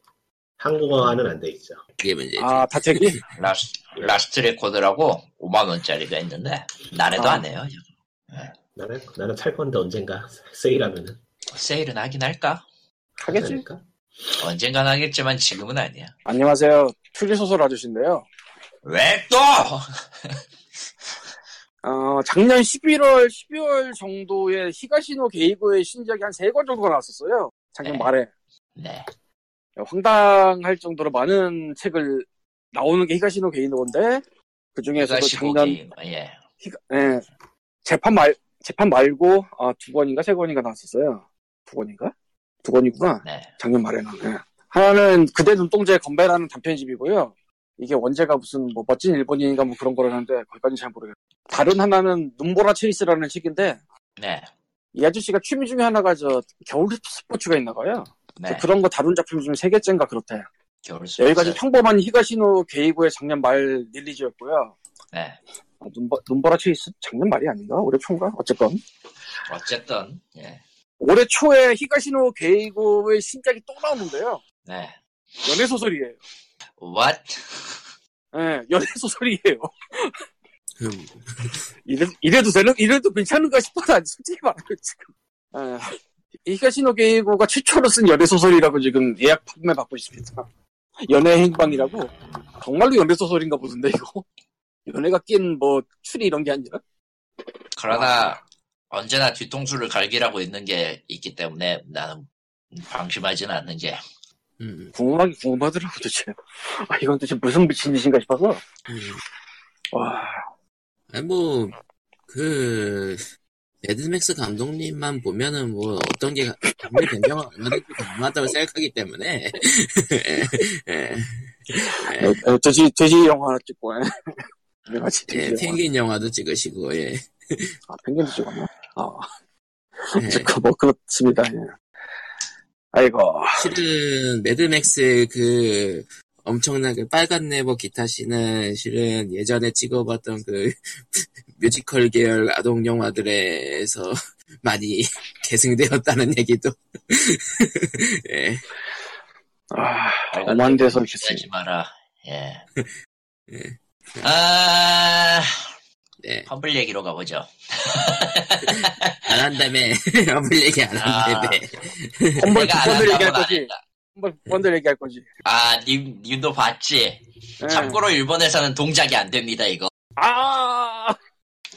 한국어화는 안 돼 있죠. 그게 문제지 네. 아 다텍이 라스, 라스트 레코드라고 5만원짜리가 있는데, 나래도 아. 안 해요. 나는 나는 살 건데 언젠가 세일하면은 세일은 하긴 할까? 하겠지? 않을까? 언젠간 하겠지만 지금은 아니야. 안녕하세요. 추리소설 아저씨인데요. 왜 또! 어, 작년 11월, 12월 정도에 히가시노 게이고의 신작이 한 3권 정도가 나왔었어요. 작년 네. 말에. 네. 황당할 정도로 많은 책을 나오는 게 히가시노 게이노인데, 그 중에서도 시고 작년 게임, 예. 히가- 예. 재판 말, 재판 말고, 아, 두 권인가 세 권인가 나왔었어요. 두 권인가? 두 권이구나. 네. 작년 말에는. 예. 하나는 그대 눈동자의 건배라는 단편집이고요. 이게 원제가 무슨 뭐 멋진 일본인인가 뭐 그런 거라는데 거기까지는 잘 모르겠어요. 다른 하나는 눈보라 체이스라는 책인데 네. 이 아저씨가 취미 중에 하나가 저 겨울 스포츠가 있나 봐요. 네. 그런 거 다룬 작품이 지금 세 개째인가 그렇대. 겨울 수 여기까지 평범한 히가시노 게이고의 작년 말 릴리즈였고요. 네. 아, 눈보, 눈보라 체이스 작년 말이 아닌가? 올해 초인가? 어쨌건. 어쨌든, 예. 올해 초에 히가시노 게이고의 신작이 또 나오는데요. 네. 연애 소설이에요. What? 예, 연애 소설이에요. 음, 이래, 이래도 되는, 이래도 괜찮은가 싶어서 아니, 솔직히 말하면 지금. 예, 히가시노 게이고가 최초로 쓴 연애 소설이라고 지금 예약 판매 받고 있습니다. 연애 행방이라고. 정말로 연애 소설인가 보던데 이거. 연애가 낀 뭐 추리 이런 게 아니라. 그러나, 언제나 뒤통수를 갈기라고 있는 게 있기 때문에 나는 방심하진 않는 게, 음, 궁금하긴 궁금하더라고 도대체. 아 이건 도대체 무슨 미친 짓인가 싶어서. 음. 와. 아니 뭐, 뭐그 매드맥스 감독님만 보면은 뭐 어떤 게 감독 변경을 얼마든지 가능하다고 생각하기 때문에 예. 예. 어, 어, 돼지 돼지 영화 하나 찍고. 예. 내가 예, 돼지 영화. 펭귄 영화도 찍으시고 예. 아, 펭귄도 찍었나? 아, 네. 예. 그, 뭐, 그렇습니다. 예. 아이고, 실은 매드맥스 그 엄청난 그 빨간 네버 기타시는 실은 예전에 찍어봤던 그 뮤지컬 계열 아동 영화들에서 많이 계승되었다는 얘기도 예, 아, 엄한 데서 이렇게 쓰 하지 마라. 예. 예. 아, 네. 펌블 얘기로 가보죠. 안 한다며 아무 얘기 안 한다며 험벌 내가 안 한다고는 복권들 얘기할 안 거지. 했다. 험벌 복권들 얘기할 거지. 아, 님, 님도 봤지? 예. 참고로 일본에서는 동작이 안 됩니다, 이거. 아,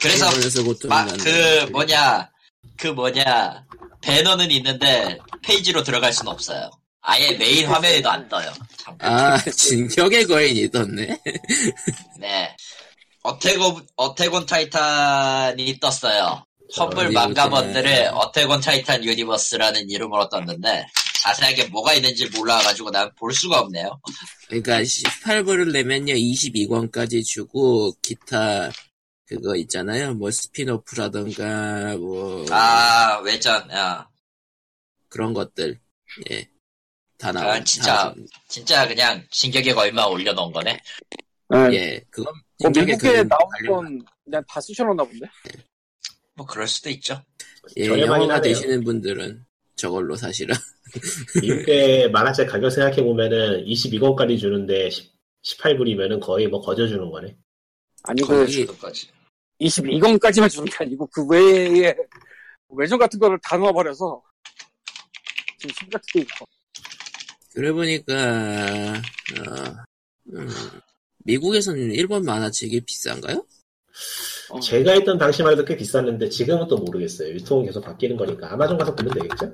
그래서, 그래서 네, 고통이 마, 난다. 그, 뭐냐, 그 뭐냐, 배너는 있는데, 페이지로 들어갈 수는 없어요. 아예 메인 화면에도 안 떠요. 참. 아 진격의 거인이 떴네 네. 어택온, 어택온 타이탄이 떴어요. 험블 망가번들을 어택온 타이탄 유니버스라는 이름으로 떴는데, 자세하게 뭐가 있는지 몰라가지고 난 볼 수가 없네요. 그러니까 18불을 내면요 22권까지 주고 기타 그거 있잖아요 뭐 스피노프라던가 뭐 아, 외전, 야. 그런 것들 예다 나와 아, 진짜. 진짜 그냥 진격의 거인만 올려놓은 거네. 예. 예 그건 어, 미국에 거인 나온 관련- 건 그냥 다 쓰셔놓나 본데. 뭐 그럴 수도 있죠. 예, 저렴하긴 영어가 하네요. 되시는 분들은 저걸로 사실은 미국의 만화책 가격 생각해 보면은 22권까지 주는데 18불이면은 거의 뭐 거저 주는 거네. 아니 그 거의 그것까지. 22권까지만 주는 게 아니고 그 외에 외전 같은 거를 다 넣어버려서 좀 심각해 있고. 그러고 보니까 어, 음, 미국에서는 일본 만화책이 비싼가요? 어. 제가 했던 당시만 해도 꽤 비쌌는데 지금은 또 모르겠어요. 유통은 계속 바뀌는 거니까 아마존 가서 보면 되겠죠?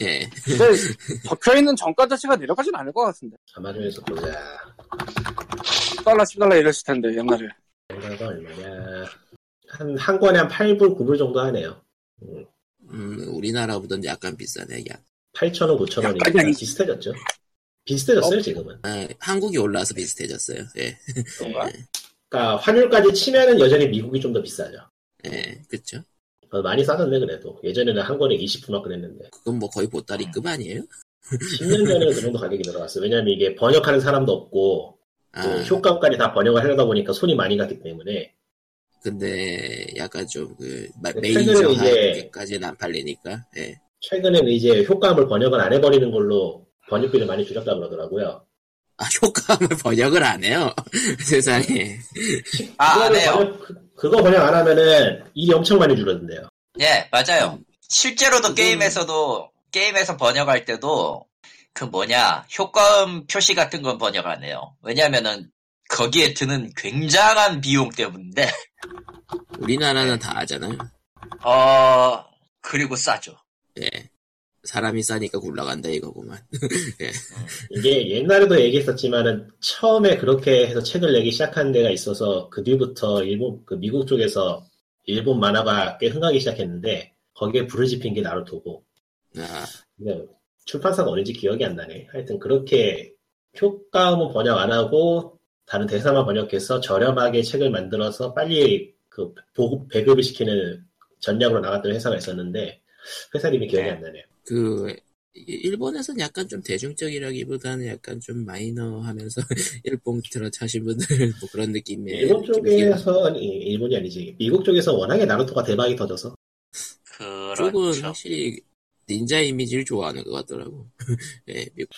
예 근데 적혀있는 정가 자체가 내려가진 않을 것 같은데. 아마존에서 보자. 10달러, 10달러 이랬을 텐데 옛날에. 얼마가 얼마냐? 한 한 권에 한 8불, 9불 정도 하네요. 음, 우리나라보단 약간 비싸네 약 8,000원, 9,000원이니까 약간이 아니지. 비슷해졌죠. 비슷해졌어요, 지금은. 아, 한국이 올라와서 비슷해졌어요 예, 그런가? 그러니까 환율까지 치면은 여전히 미국이 좀 더 비싸죠. 예 그쵸 어, 많이 싸졌네, 그래도. 예전에는 한 권에 20분만 그랬는데. 그건 뭐 거의 음. 보따리급 아니에요? 10년 전에는 그 정도 가격이 들어갔어요. 왜냐면 이게 번역하는 사람도 없고, 아, 또 효과음까지 다 번역을 하려다 보니까 손이 많이 갔기 때문에. 근데 약간 좀그 근데 메이저 네, 최근에는 이제- 하기까지는 안 팔리니까 예. 최근에는 이제 효과음을 번역을 안 해버리는 걸로 번역비를 많이 줄였다 그러더라고요. 아 효과음을 번역을 안 해요 세상에 아, 안 그거를 해요. 번역- 그- 그거 번역 안 하면은 일이 엄청 많이 줄어든대요. 예, 맞아요. 실제로도 게임에서도, 게임에서 번역할 때도, 그 뭐냐, 효과음 표시 같은 건 번역 안 해요. 왜냐면은, 거기에 드는 굉장한 비용 때문인데, 우리나라는 다 하잖아요 어, 그리고 싸죠. 예. 사람이 싸니까 굴러간다 이거구만. 이게 옛날에도 얘기했었지만은 처음에 그렇게 해서 책을 내기 시작한 데가 있어서 그 뒤부터 일본, 그 미국 쪽에서 일본 만화가 꽤 흥하기 시작했는데 거기에 불을 지핀 게 나루토고 아, 그냥 네. 출판사가 어딘지 기억이 안 나네. 하여튼 그렇게 효과음은 번역 안 하고 다른 대사만 번역해서 저렴하게 책을 만들어서 빨리 그 보급 배급을 시키는 전략으로 나갔던 회사가 있었는데 회사 이름이 기억이 네. 안 나네요. 그 일본에서는 약간 좀 대중적이라기보다는 약간 좀 마이너하면서 일본 트롯 하신 분들 뭐 그런 느낌의 일본 느낌이긴 한데 쪽에서 아니, 일본이 아니지 미국 쪽에서 워낙에 나루토가 대박이 터져서 쪽은 그렇죠. 확실히 닌자 이미지를 좋아하는 것 같더라고. 예, 미국-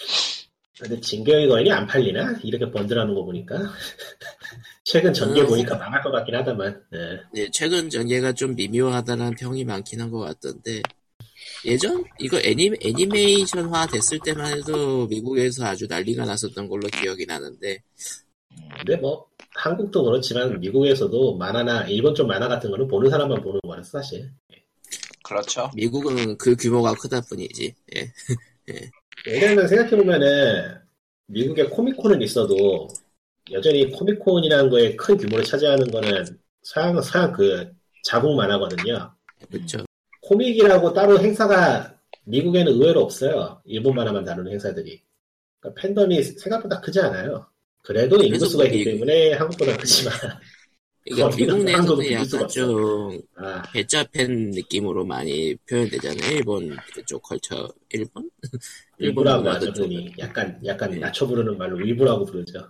근데 진격의 거인이 안 팔리나 이렇게 번들하는 거 보니까 최근 전개 음. 보니까 망할 것 같긴 하다만 네. 예, 최근 전개가 좀 미묘하다는 평이 많긴 한 것 같던데 예전 이거 애니, 애니메이션화 됐을 때만 해도 미국에서 아주 난리가 났었던 걸로 기억이 나는데 근데 뭐 한국도 그렇지만 미국에서도 만화나 일본 쪽 만화 같은 거는 보는 사람만 보는 거라서 사실 그렇죠. 미국은 그 규모가 크다 뿐이지. 예. 왜냐면 생각해보면은 미국에 코미콘은 있어도 여전히 코미콘이라는 거에 큰 규모를 차지하는 거는 서양 서양 그 자국 만화거든요. 음. 그렇죠. 코믹이라고 따로 행사가 미국에는 의외로 없어요. 일본 만화만 다루는 행사들이. 그러니까 팬덤이 생각보다 크지 않아요. 그래도 인구수가 있기 미국- 때문에 한국보다 크지만 그러니까 그건 미국 내에서는 한국은 믿을 수가 약간 좀 아, 괴짜팬 느낌으로 많이 표현되잖아요. 일본 그쪽 컬처 일본? 일부라고 문화도 하죠. 네. 좀- 흔히. 약간 약간 예. 낮춰 부르는 말로 일부라고 부르죠.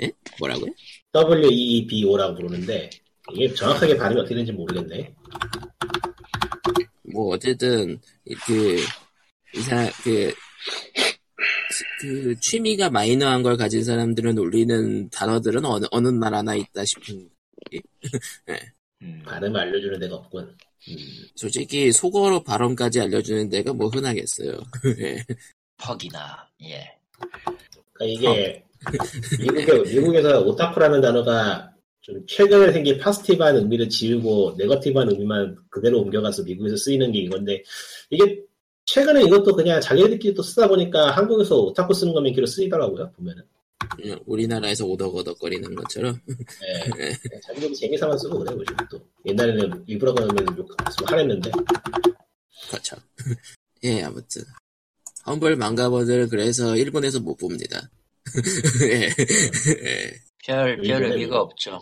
E 뭐라고요? W E B O라고 부르는데 이게 정확하게 발음이 어떻게 되는지 모르겠네. 뭐 어쨌든 그 이사 그, 그 취미가 마이너한 걸 가진 사람들은 올리는 단어들은 어느 어느 나라나 있다 싶은 음. 발음 알려주는 데가 없군. 음. 솔직히 속어로 발음까지 알려주는 데가 뭐 흔하겠어요. 예. 퍽이나 예. 그러니까 이게 미국에, 미국에서 오타쿠라는 단어가 좀 최근에 생긴 파스티브한 의미를 지우고 네거티브한 의미만 그대로 옮겨가서 미국에서 쓰이는 게 이건데 이게 최근에 이것도 그냥 자기들끼리 또 쓰다 보니까 한국에서 오타쿠 쓰는 거면 기로 쓰이더라고요 보면은 그냥 우리나라에서 오덕오덕거리는 것처럼 예. 그냥 자기들이 재미삼아 쓰고 그래 요즘 또 옛날에는 일부러 그러면 욕 화냈는데 그렇죠. 예 아무튼 험블 망가버들 그래서 일본에서 못 봅니다. 예. 예. 별, 별 의미는 의미가 없죠.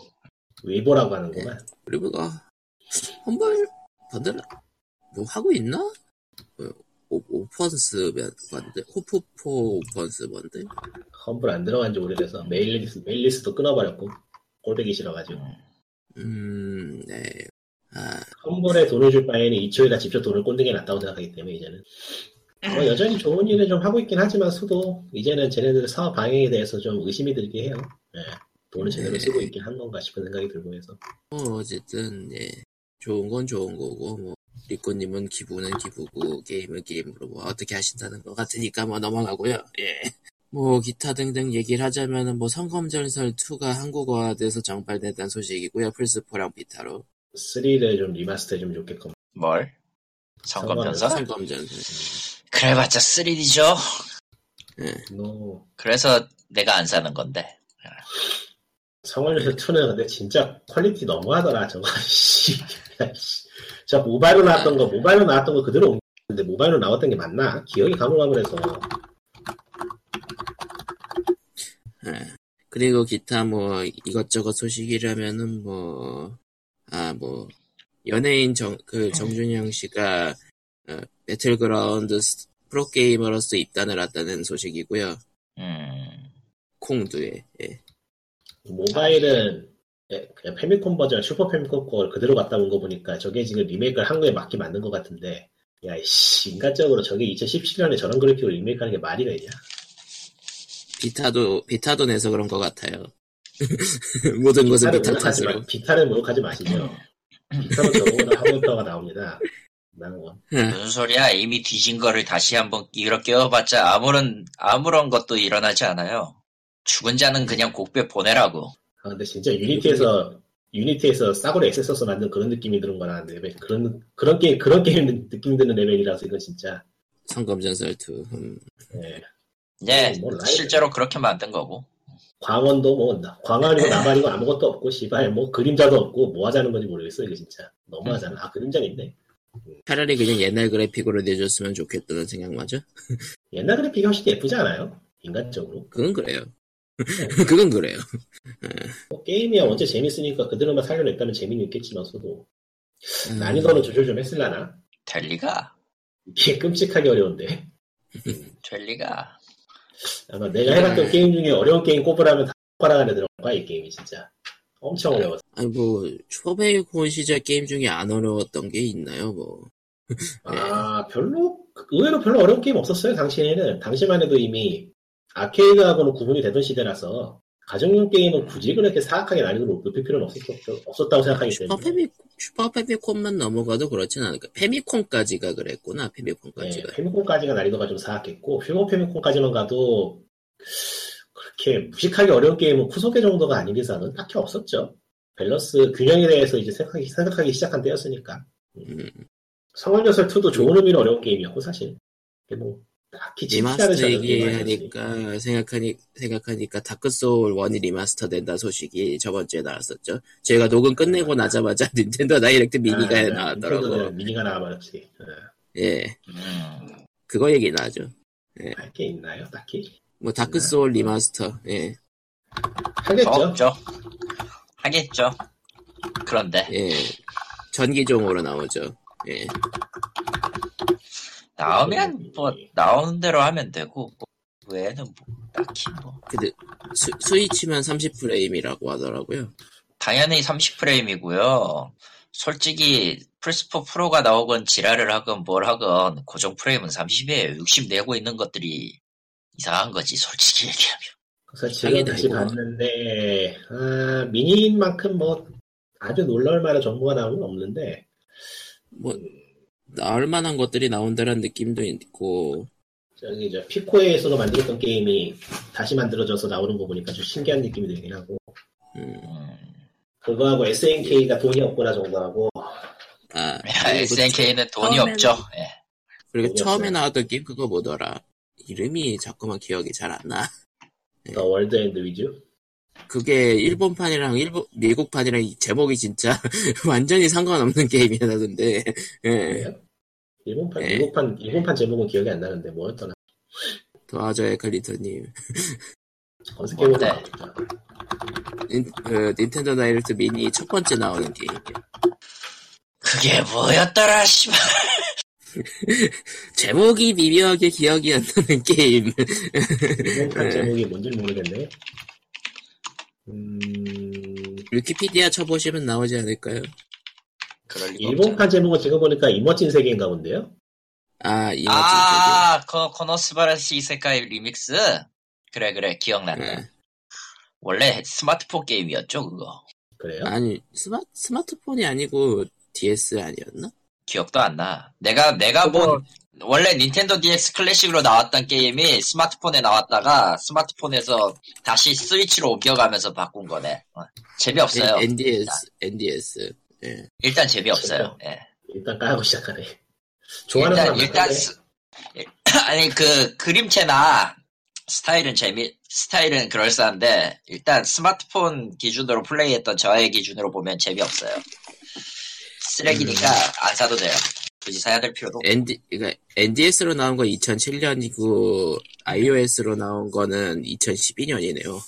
위보라고 하는구만 그리고 뭐 험블 번들 뭐 하고 있나? 뭐, 오, 오펀스 번데 호프포 오펀스 번데 험블 안 들어간 지 오래돼서 메일리스트, 메일리스트도 끊어버렸고 꼴대기 싫어가지고 음네 아, 험블에 돈을 줄 바에는 이초이가 직접 돈을 꼰대게 낫다고 생각하기 때문에 이제는 뭐 여전히 좋은 일을 좀 하고 있긴 하지만 수도 이제는 쟤네들 사업 방향에 대해서 좀 의심이 들게 해요 예. 돈을 제대로 쓰고 있긴 한 건가 싶은 생각이 들고 해서 뭐 어쨌든 예 좋은 건 좋은 거고 뭐 리코님은 기부는 기부고 게임은 게임으로 뭐 어떻게 하신다는 것 같으니까 뭐 넘어가고요 예뭐 기타 등등 얘기를 하자면은 뭐 성검전설 2가 한국어화돼서 정발됐다는 소식이고요 플스4랑 비타로 3를 좀 리마스터 해주면 좋겠고 뭘? 성검전사? 성검전설 그래봤자 3D죠. 뭐 그래서 내가 안 사는 건데. 성월에서 2는 근데 진짜 퀄리티 너무하더라 저거 씨. 야, 씨. 저 모바일로 나왔던 거 모바일로 나왔던 거 그대로 옮겼는데 모바일로 나왔던 게 맞나? 기억이 가물가물해서 그리고 기타 뭐 이것저것 소식이라면은 뭐 아 뭐 연예인 정 그 정준영 씨가 어, 배틀그라운드 스- 프로게이머로서 입단을 했다는 소식이고요. 음. 콩두에 예. 모바일은 예, 그냥 페미콘 버전 슈퍼 페미콘 걸 그대로 갖다 온 거 보니까 저게 지금 리메이크를 한국에 맞게 만든 것 같은데 야이씨 인간적으로 저게 2017년에 저런 그래픽으로 리메이크하는 게 말이 되냐 비타도 비타도 내서 그런 것 같아요. 모든 것은 비타를 비타 모욕하지 탓으로. 마, 비타를 모욕하지 마시죠 비타는 저거보다 하부였다가 나옵니다 나는 뭐 예. 무슨 소리야? 이미 뒤진 거를 다시 한번 이렇게 끼워봤자 아무런 아무런 것도 일어나지 않아요. 죽은 자는 그냥 곡배 보내라고. 아, 근데 진짜 유니티에서 유니티에서 싸구려 액세서스 만든 그런 느낌이 드는 거나 레벨 그런 그런 게임 그런 게임 느낌 드는 레벨이라서 이건 진짜 성검전설 2. 음. 예. 네, 음, 몰라요. 실제로 그렇게 만든 거고. 광원도 뭐 나- 광안이고 나발이고 아무것도 없고 시발 뭐 그림자도 없고 뭐 하자는 건지 모르겠어 이거 진짜 너무하잖아 아 그림자는 있네 차라리 그냥 옛날 그래픽으로 내줬으면 좋겠다는 생각마저. 옛날 그래픽이 훨씬 예쁘지 않아요 인간적으로 그건 그래요. 네. 그건 그래요. 뭐 게임이야 언제 재밌으니까 그대로만 살려냈다면 재미는 있겠지만서도 음. 난이도는 조절 좀 했을라나 될 리가, 이게 끔찍하게 어려운데 될 리가. 아마 내가 해봤던 음. 게임 중에 어려운 게임 꼽으라면 다 꼽아라 안에 들어갈 거야 이 게임이 진짜 엄청 어려워 아니 뭐 초베이콘 시절 게임 중에 안 어려웠던 게 있나요? 뭐 아, 별로, 의외로 별로 어려운 게임 없었어요, 당시에는. 당시만 해도 이미 아케이드하고는 구분이 되던 시대라서, 가정용 게임은 굳이 그렇게 사악하게 난이도를 높일 필요는 없었, 없었다고 생각하기 슈퍼 때문에. 페미 슈퍼 페미콘만 넘어가도 그렇진 않을까. 페미콘까지가 그랬구나. 네, 페미콘까지가. 페미콘까지가 난이도가 좀 사악했고, 휴먼 페미콘까지만 가도, 그렇게 무식하게 어려운 게임은 쿠소게 정도가 아닌 이상은 딱히 없었죠. 밸런스, 균형에 대해서 이제 생각하기, 생각하기 시작한 때였으니까. 음, 성원여설 2도 좋은 의미로 어려운 게임이었고, 사실. 근데 뭐, 딱히 칭찬을 리마스터 잘하는 게임은 아니었으니까. 얘기하니까 생각하니 생각하니까 다크 소울 1이 리마스터 된다 소식이 저번 주에 나왔었죠. 제가 녹음 끝내고 나자마자 닌텐도 다이렉트 미니가 아, 나왔더라고. 닌텐도는 미니가 나와버렸지. 네. 예, 음, 그거 얘기 나죠. 할 게 있나요, 딱히? 뭐 다크 소울 리마스터. 예, 하겠죠. 뭐 없죠. 하겠죠. 그런데 예. 전기종으로 나오죠. 예. 나오면 뭐 나오는 대로 하면 되고 뭐, 외에는 뭐 딱히 뭐 근데 스, 스위치만 30프레임이라고 하더라고요. 당연히 30프레임이고요. 솔직히 플스4 프로가 나오건 지랄을 하건 뭘 하건 고정 프레임은 30이에요. 60 내고 있는 것들이 이상한 거지 솔직히 얘기하면. 그래서 지금 다시 이거. 봤는데 아, 미니인만큼 뭐 아주 놀라울 만한 정보가 나온 건 없는데 뭐 나올 만한 것들이 나온다는 느낌도 있고 저기 저 피코에서도 만들었던 게임이 다시 만들어져서 나오는 거 보니까 좀 신기한 느낌이 들긴 하고 음. 음. 그거하고 SNK가 돈이 없구나 정도하고 아 그리고 SNK는 돈이 처음에는- 없죠. 예. 그리고 모르겠어요. 처음에 나왔던 게임 그거 뭐더라 이름이 자꾸만 기억이 잘 안 나. 더 월드 앤드 위즈 그게 일본판이랑 일본 미국판이랑 이 제목이 진짜 완전히 상관없는 게임이라던데. 예. 일본판 네. 일본판 일본판 제목은 기억이 안 나는데 뭐였더라 도와줘요 칼리토님. 검색해보면 네. 나옵니다. 닌, 그, 닌텐도 다이렉트 미니 첫 번째 나오는 게임이에요. 그게 뭐였더라 씨발. 제목이 미묘하게 기억이 안 나는 게임. 일본판 네. 제목이 뭔지 모르겠네. 음, 위키피디아 쳐보시면 나오지 않을까요? 그럴 리가 없잖아. 일본판 제목은 지금 보니까 이머진 세계인가 본데요? 아, 이거 진짜. 아, 그 코노스바라시 이세카이 리믹스. 그래 그래 기억난다. 네. 원래 스마트폰 게임이었죠 그거. 그래요? 아니, 스마, 스마트폰이 아니고 DS 아니었나? 기억도 안 나. 내가 내가 그거- 본 원래 닌텐도 DX 클래식으로 나왔던 게임이 스마트폰에 나왔다가 스마트폰에서 다시 스위치로 옮겨가면서 바꾼 거네. 어, 재미없어요. N, NDS, NDS. 예. 일단 재미없어요. 예. 일단 까고 시작하네. 좋아하는 일단 사람 일단 스- 아니 그 그림체나 스타일은 재미 스타일은 그럴싸한데 일단 스마트폰 기준으로 플레이했던 저의 기준으로 보면 재미없어요. 쓰레기니까 음. 안 사도 돼요. 굳이 사야 될 필요도 없고. ND, 그러니까 NDS로 나온 건 2007년이고, iOS로 나온 거는 2012년이네요.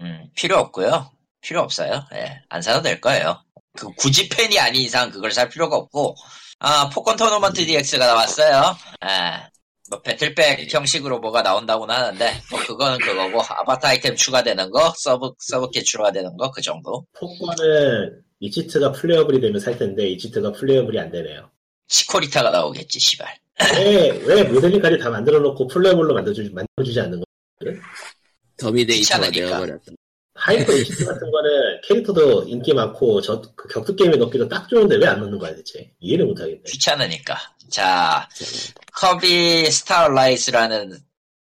음, 필요 없고요. 필요 없어요. 예, 안 사도 될 거예요. 그 굳이 팬이 아닌 이상 그걸 살 필요가 없고 아 포권 토너먼트 DX가 나왔어요. 예, 뭐 배틀백 형식으로 뭐가 나온다고는 하는데 뭐 그거는 그거고 아바타 아이템 추가되는 거 서브 서브캐 추가되는 거 그 정도. 폭권은 이치트가 플레이어블이 되면 살 텐데 이치트가 플레이어블이 안 되네요. 치코리타가 나오겠지 시발. 왜, 왜 모델링까지 다 만들어 놓고 플레이어블로 만들어주지, 만들어주지 않는 거? 더미데이터가 귀찮으니까. 되어버렸다. 하이퍼 이치트 같은 거는 캐릭터도 인기 많고 저, 그 격투 게임에 넣기도 딱 좋은데 왜 안 넣는 거야 대체? 이해를 못 하겠네. 귀찮으니까. 자, 커비 스타라이스라는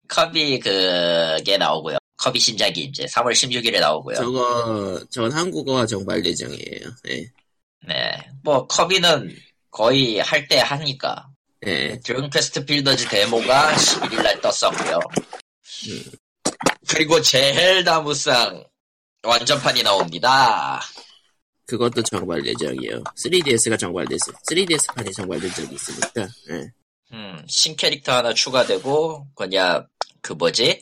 커비 그게 나오고요. 커비 신작이 이제 3월 16일에 나오고요. 저거, 전 한국어와 정발 예정이에요. 예. 네. 뭐, 커비는 거의 할 때 하니까. 예. 드래곤 퀘스트 빌더즈 데모가 11일날 떴었고요 음. 그리고 제헬다무상 완전판이 나옵니다. 그것도 정발 예정이에요. 3DS가 정발됐어. 3DS판이 정발된 적이 있으니까. 예. 음, 신 캐릭터 하나 추가되고, 그냥, 그 뭐지?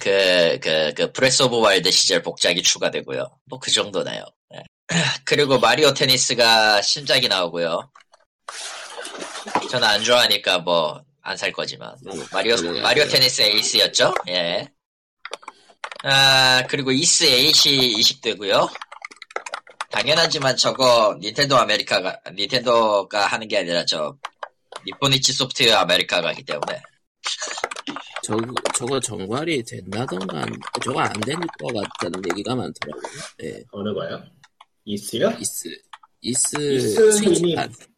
그, 그, 그, 프레스 오브 와일드 시절 복작이 추가되고요. 뭐, 그 정도나요. 예. 그리고 마리오 테니스가 신작이 나오고요. 저는 안 좋아하니까 뭐, 안 살 거지만. 마리오, 마리오 테니스 에이스였죠? 예. 아, 그리고 이스 에이시 20대고요 당연하지만 저거 닌텐도 아메리카가, 닌텐도가 하는 게 아니라 저, 니포니치 소프트웨어 아메리카가기 때문에. 저, 저거 정발이 됐나던가, 안- 저거 안 될 것 같다는 얘기가 많더라고요. 예. 어느 거요? 이스요? 이스, 이스, 이스 스위치판. 이미-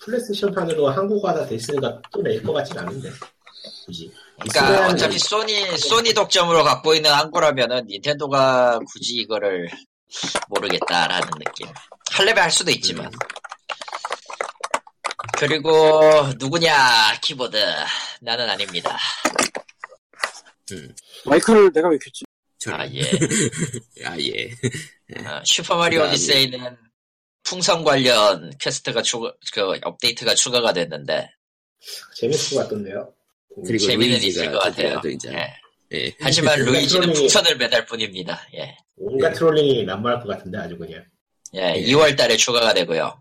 플레이스테이션판으로 한국어가 다 있으니까 또 낼 것 같진 않은데. 굳이. 그러니까 이스라는 어차피 소니, 소니 독점으로 갖고 있는 항구라면은 닌텐도가 굳이 이거를 모르겠다라는 느낌. 할래면 할 수도 있지만. 그리고 누구냐 키보드 나는 아닙니다. 마이크를 내가 왜 켰지? 저런. 아 예. 아, 예. 어, 슈퍼마리오 그다음에- 오디세이는 풍선 관련 퀘스트가 추가, 그 업데이트가 추가가 됐는데 재밌을 것 같던데요. 그리고 재미는 루이지가 있을 것 드디어 같아요. 등장. 예. 예. 하지만 그러니까 루이지는 그러면은- 풍선을 매달 뿐입니다. 예. 온갖 트롤링이 난무할 것 같은데 아주 그냥. 예, 예. 네. 2월 달에 추가가 되고요.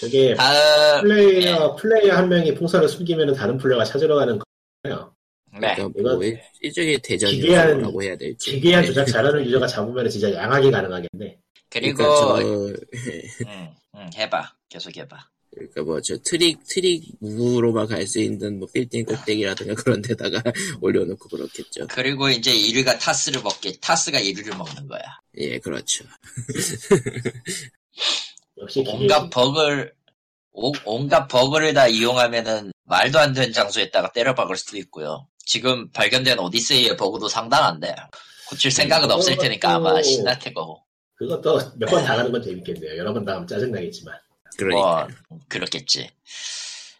저게 다음 플레이어 플레이어 한 명이 풍선을 숨기면 다른 플레이어가 찾으러 가는 거예요. 네. 그러니까 뭐, 이건 일종의 기괴한- 대전이라고 해야 될지. 기괴한 예. 조작 잘하는 유저가 잡으면 진짜 양하게 가능하겠네. 그리고 그러니까 저, 음, 음, 해봐. 계속 해봐. 그러니까 뭐 저 트릭 트릭 무로만 갈 수 있는 뭐 빌딩 꼭대기라든가 그런 데다가 올려놓고 그렇겠죠. 그리고 이제 이르가 타스를 먹게 타스가 이르를 먹는 거야. 예, 그렇죠. 역시 기계 음. 온갖 버그를 오- 온갖 버그를 다 이용하면은 말도 안 되는 장소에다가 때려박을 수도 있고요. 지금 발견된 오디세이의 버그도 상당한데 고칠 음. 생각은 없을 테니까 아마 신날 테 거고. 그것도 몇 번 당하는 건 재밌겠네요. 여러 번 당하면 짜증나겠지만. 그러니까 뭐 그렇겠지.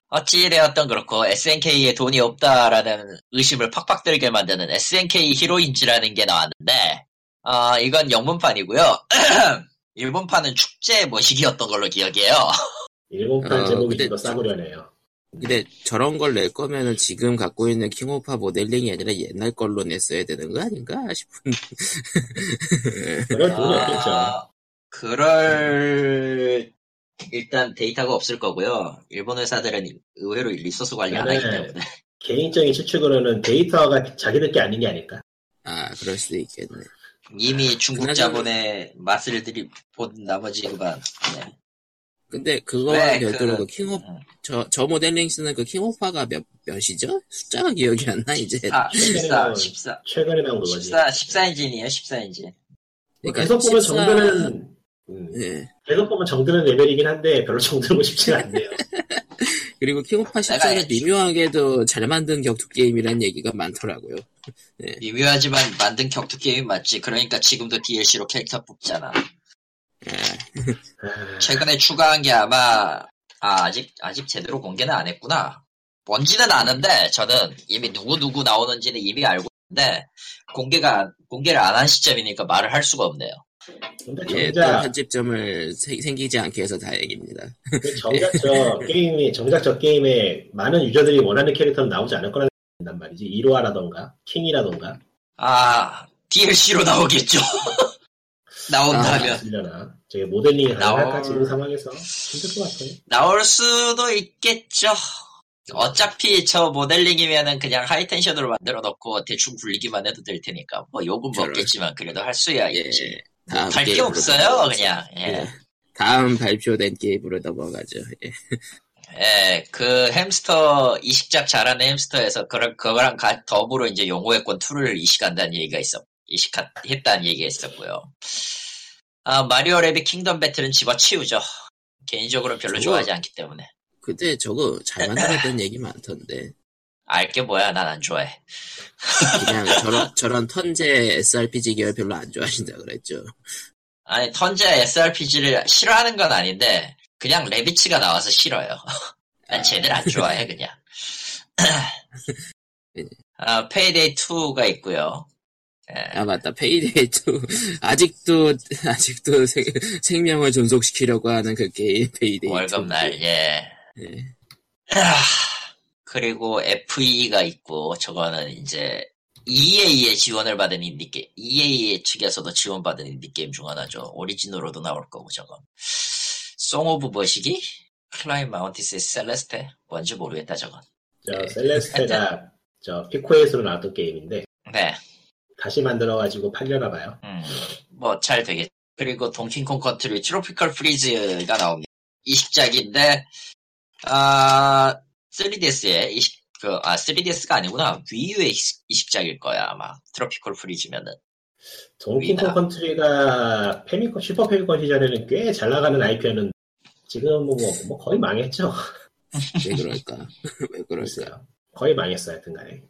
어찌되었던 그렇고 SNK에 돈이 없다라는 의심을 팍팍 들게 만드는 SNK 히로인즈라는 게 나왔는데 아 이건 영문판이고요. 일본판은 축제 모식이었던 걸로 기억해요. 일본판 어, 제목이 근데 이거 싸구려네요. 근데 저런 걸 낼 거면은 지금 갖고 있는 킹오파 모델링이 아니라 옛날 걸로 냈어야 되는 거 아닌가 싶은 그럴 돈이 없겠죠. 아, 그럴 일단 데이터가 없을 거고요. 일본 회사들은 의외로 리소스 관리 안 하기 네. 때문에 개인적인 추측으로는 데이터가 자기들 게 아닌 게 아닐까. 아 그럴 수도 있겠네. 아, 이미 중국 그나저나- 자본의 맛을 들이 본 나머지 그만. 네. 근데 그거와 왜 별도로 그 그- 킹오 저, 저 모델링 쓰는 그 킹오파가 몇 몇이죠? 숫자가 기억이 안 나 이제. 아, 14, 최근에는 14, 최근에 나온 거지. 뭐 14, 14인진이에요, 14인진. 그러니까 계속 보면 14 정드는 음, 예. 계속 보면 정드는 레벨이긴 한데 별로 정드고 싶지가 않네요. 그리고 킹오파 내가 14는 미묘하게도 잘 만든 격투 게임이란 얘기가 많더라고요. 네. 미묘하지만 만든 격투 게임 맞지. 그러니까 지금도 DLC로 캐릭터 뽑잖아. 아, 아, 최근에 추가한 게 아마 아, 아직 아직 제대로 공개는 안 했구나. 뭔지는 아는데 저는 이미 누구 누구 나오는지는 이미 알고 있는데 공개가 공개를 안 한 시점이니까 말을 할 수가 없네요. 근데 예, 또 정작 편집점을 세- 생기지 않게 해서 다행입니다. 그 정작 저 예. 게임이 정작 저 게임에 많은 유저들이 원하는 캐릭터는 나오지 않을 거란 말이지. 이로아라던가 킹이라던가 아 DLC로 나오겠죠. 나온다면 아. 있으려나. 저게 모델링이 가능할까 나올- 지금 상황에서 힘들 것 같아요. 나올 수도 있겠죠. 어차피 저 모델링이면은 그냥 하이텐션으로 만들어 놓고 대충 굴리기만 해도 될 테니까 뭐 욕은 저런. 먹겠지만 그래도 할 수야 있지. 예. 다음 할 게 게임으로 없어요 넘어가죠. 그냥. 예. 예. 다음 발표된 게임으로 넘어가죠. 예. 예, 그 햄스터 이식작 잘하는 햄스터에서 그걸 그거랑 가- 더불어 이제 용호의권 2를 이식한다는 얘기가 있었 이식했다는 얘기가 있었고요. 아 마리오 레비 킹덤 배틀은 집어치우죠. 개인적으로 별로 저거- 좋아하지 않기 때문에 근데 저거 잘 만들었다는 얘기 많던데. 알 게 뭐야 난 안 좋아해. 그냥 저런, 저런 턴제 SRPG 계열 별로 안 좋아하신다 그랬죠. 아니 턴제 SRPG를 싫어하는 건 아닌데 그냥 레비치가 나와서 싫어요. 난 쟤들 안 좋아해 그냥. 아 페이데이 2가 있고요. 예, 아 맞다 페이데이도 아직도 아직도 생, 생명을 존속시키려고 하는 그 게임 페이데이 월급날 예. 예. 그리고 FE가 있고 저거는 이제 EA의 지원을 받은 인디 게임, EA 측에서도 지원받은 인디 게임 중 하나죠. 오리지널로도 나올 거고 저건. 송 오브 버시기? 클라임 마운티스 셀레스테? 뭔지 모르겠다 저건. 저 셀레스테가 저 피코에스로 나왔던 게임인데 네, 다시 만들어가지고 팔려나 봐요. 뭐 잘 되겠. 그리고 동킹콩 컨트리 트로피컬 프리즈가 나옵니다. 이식작인데 아 3DS에 이식 그아 3DS가 아니구나 위유의 이식작일 거야 아마 트로피컬 프리즈면은. 동킹콩 우리나라. 컨트리가 페미컴 슈퍼 페미컴 시절에는 꽤 잘 나가는 IP였는데 지금 뭐, 뭐, 뭐 거의 망했죠. 왜 그럴까 왜 그럴까 글쎄요. 거의 망했어요, 하여튼간에.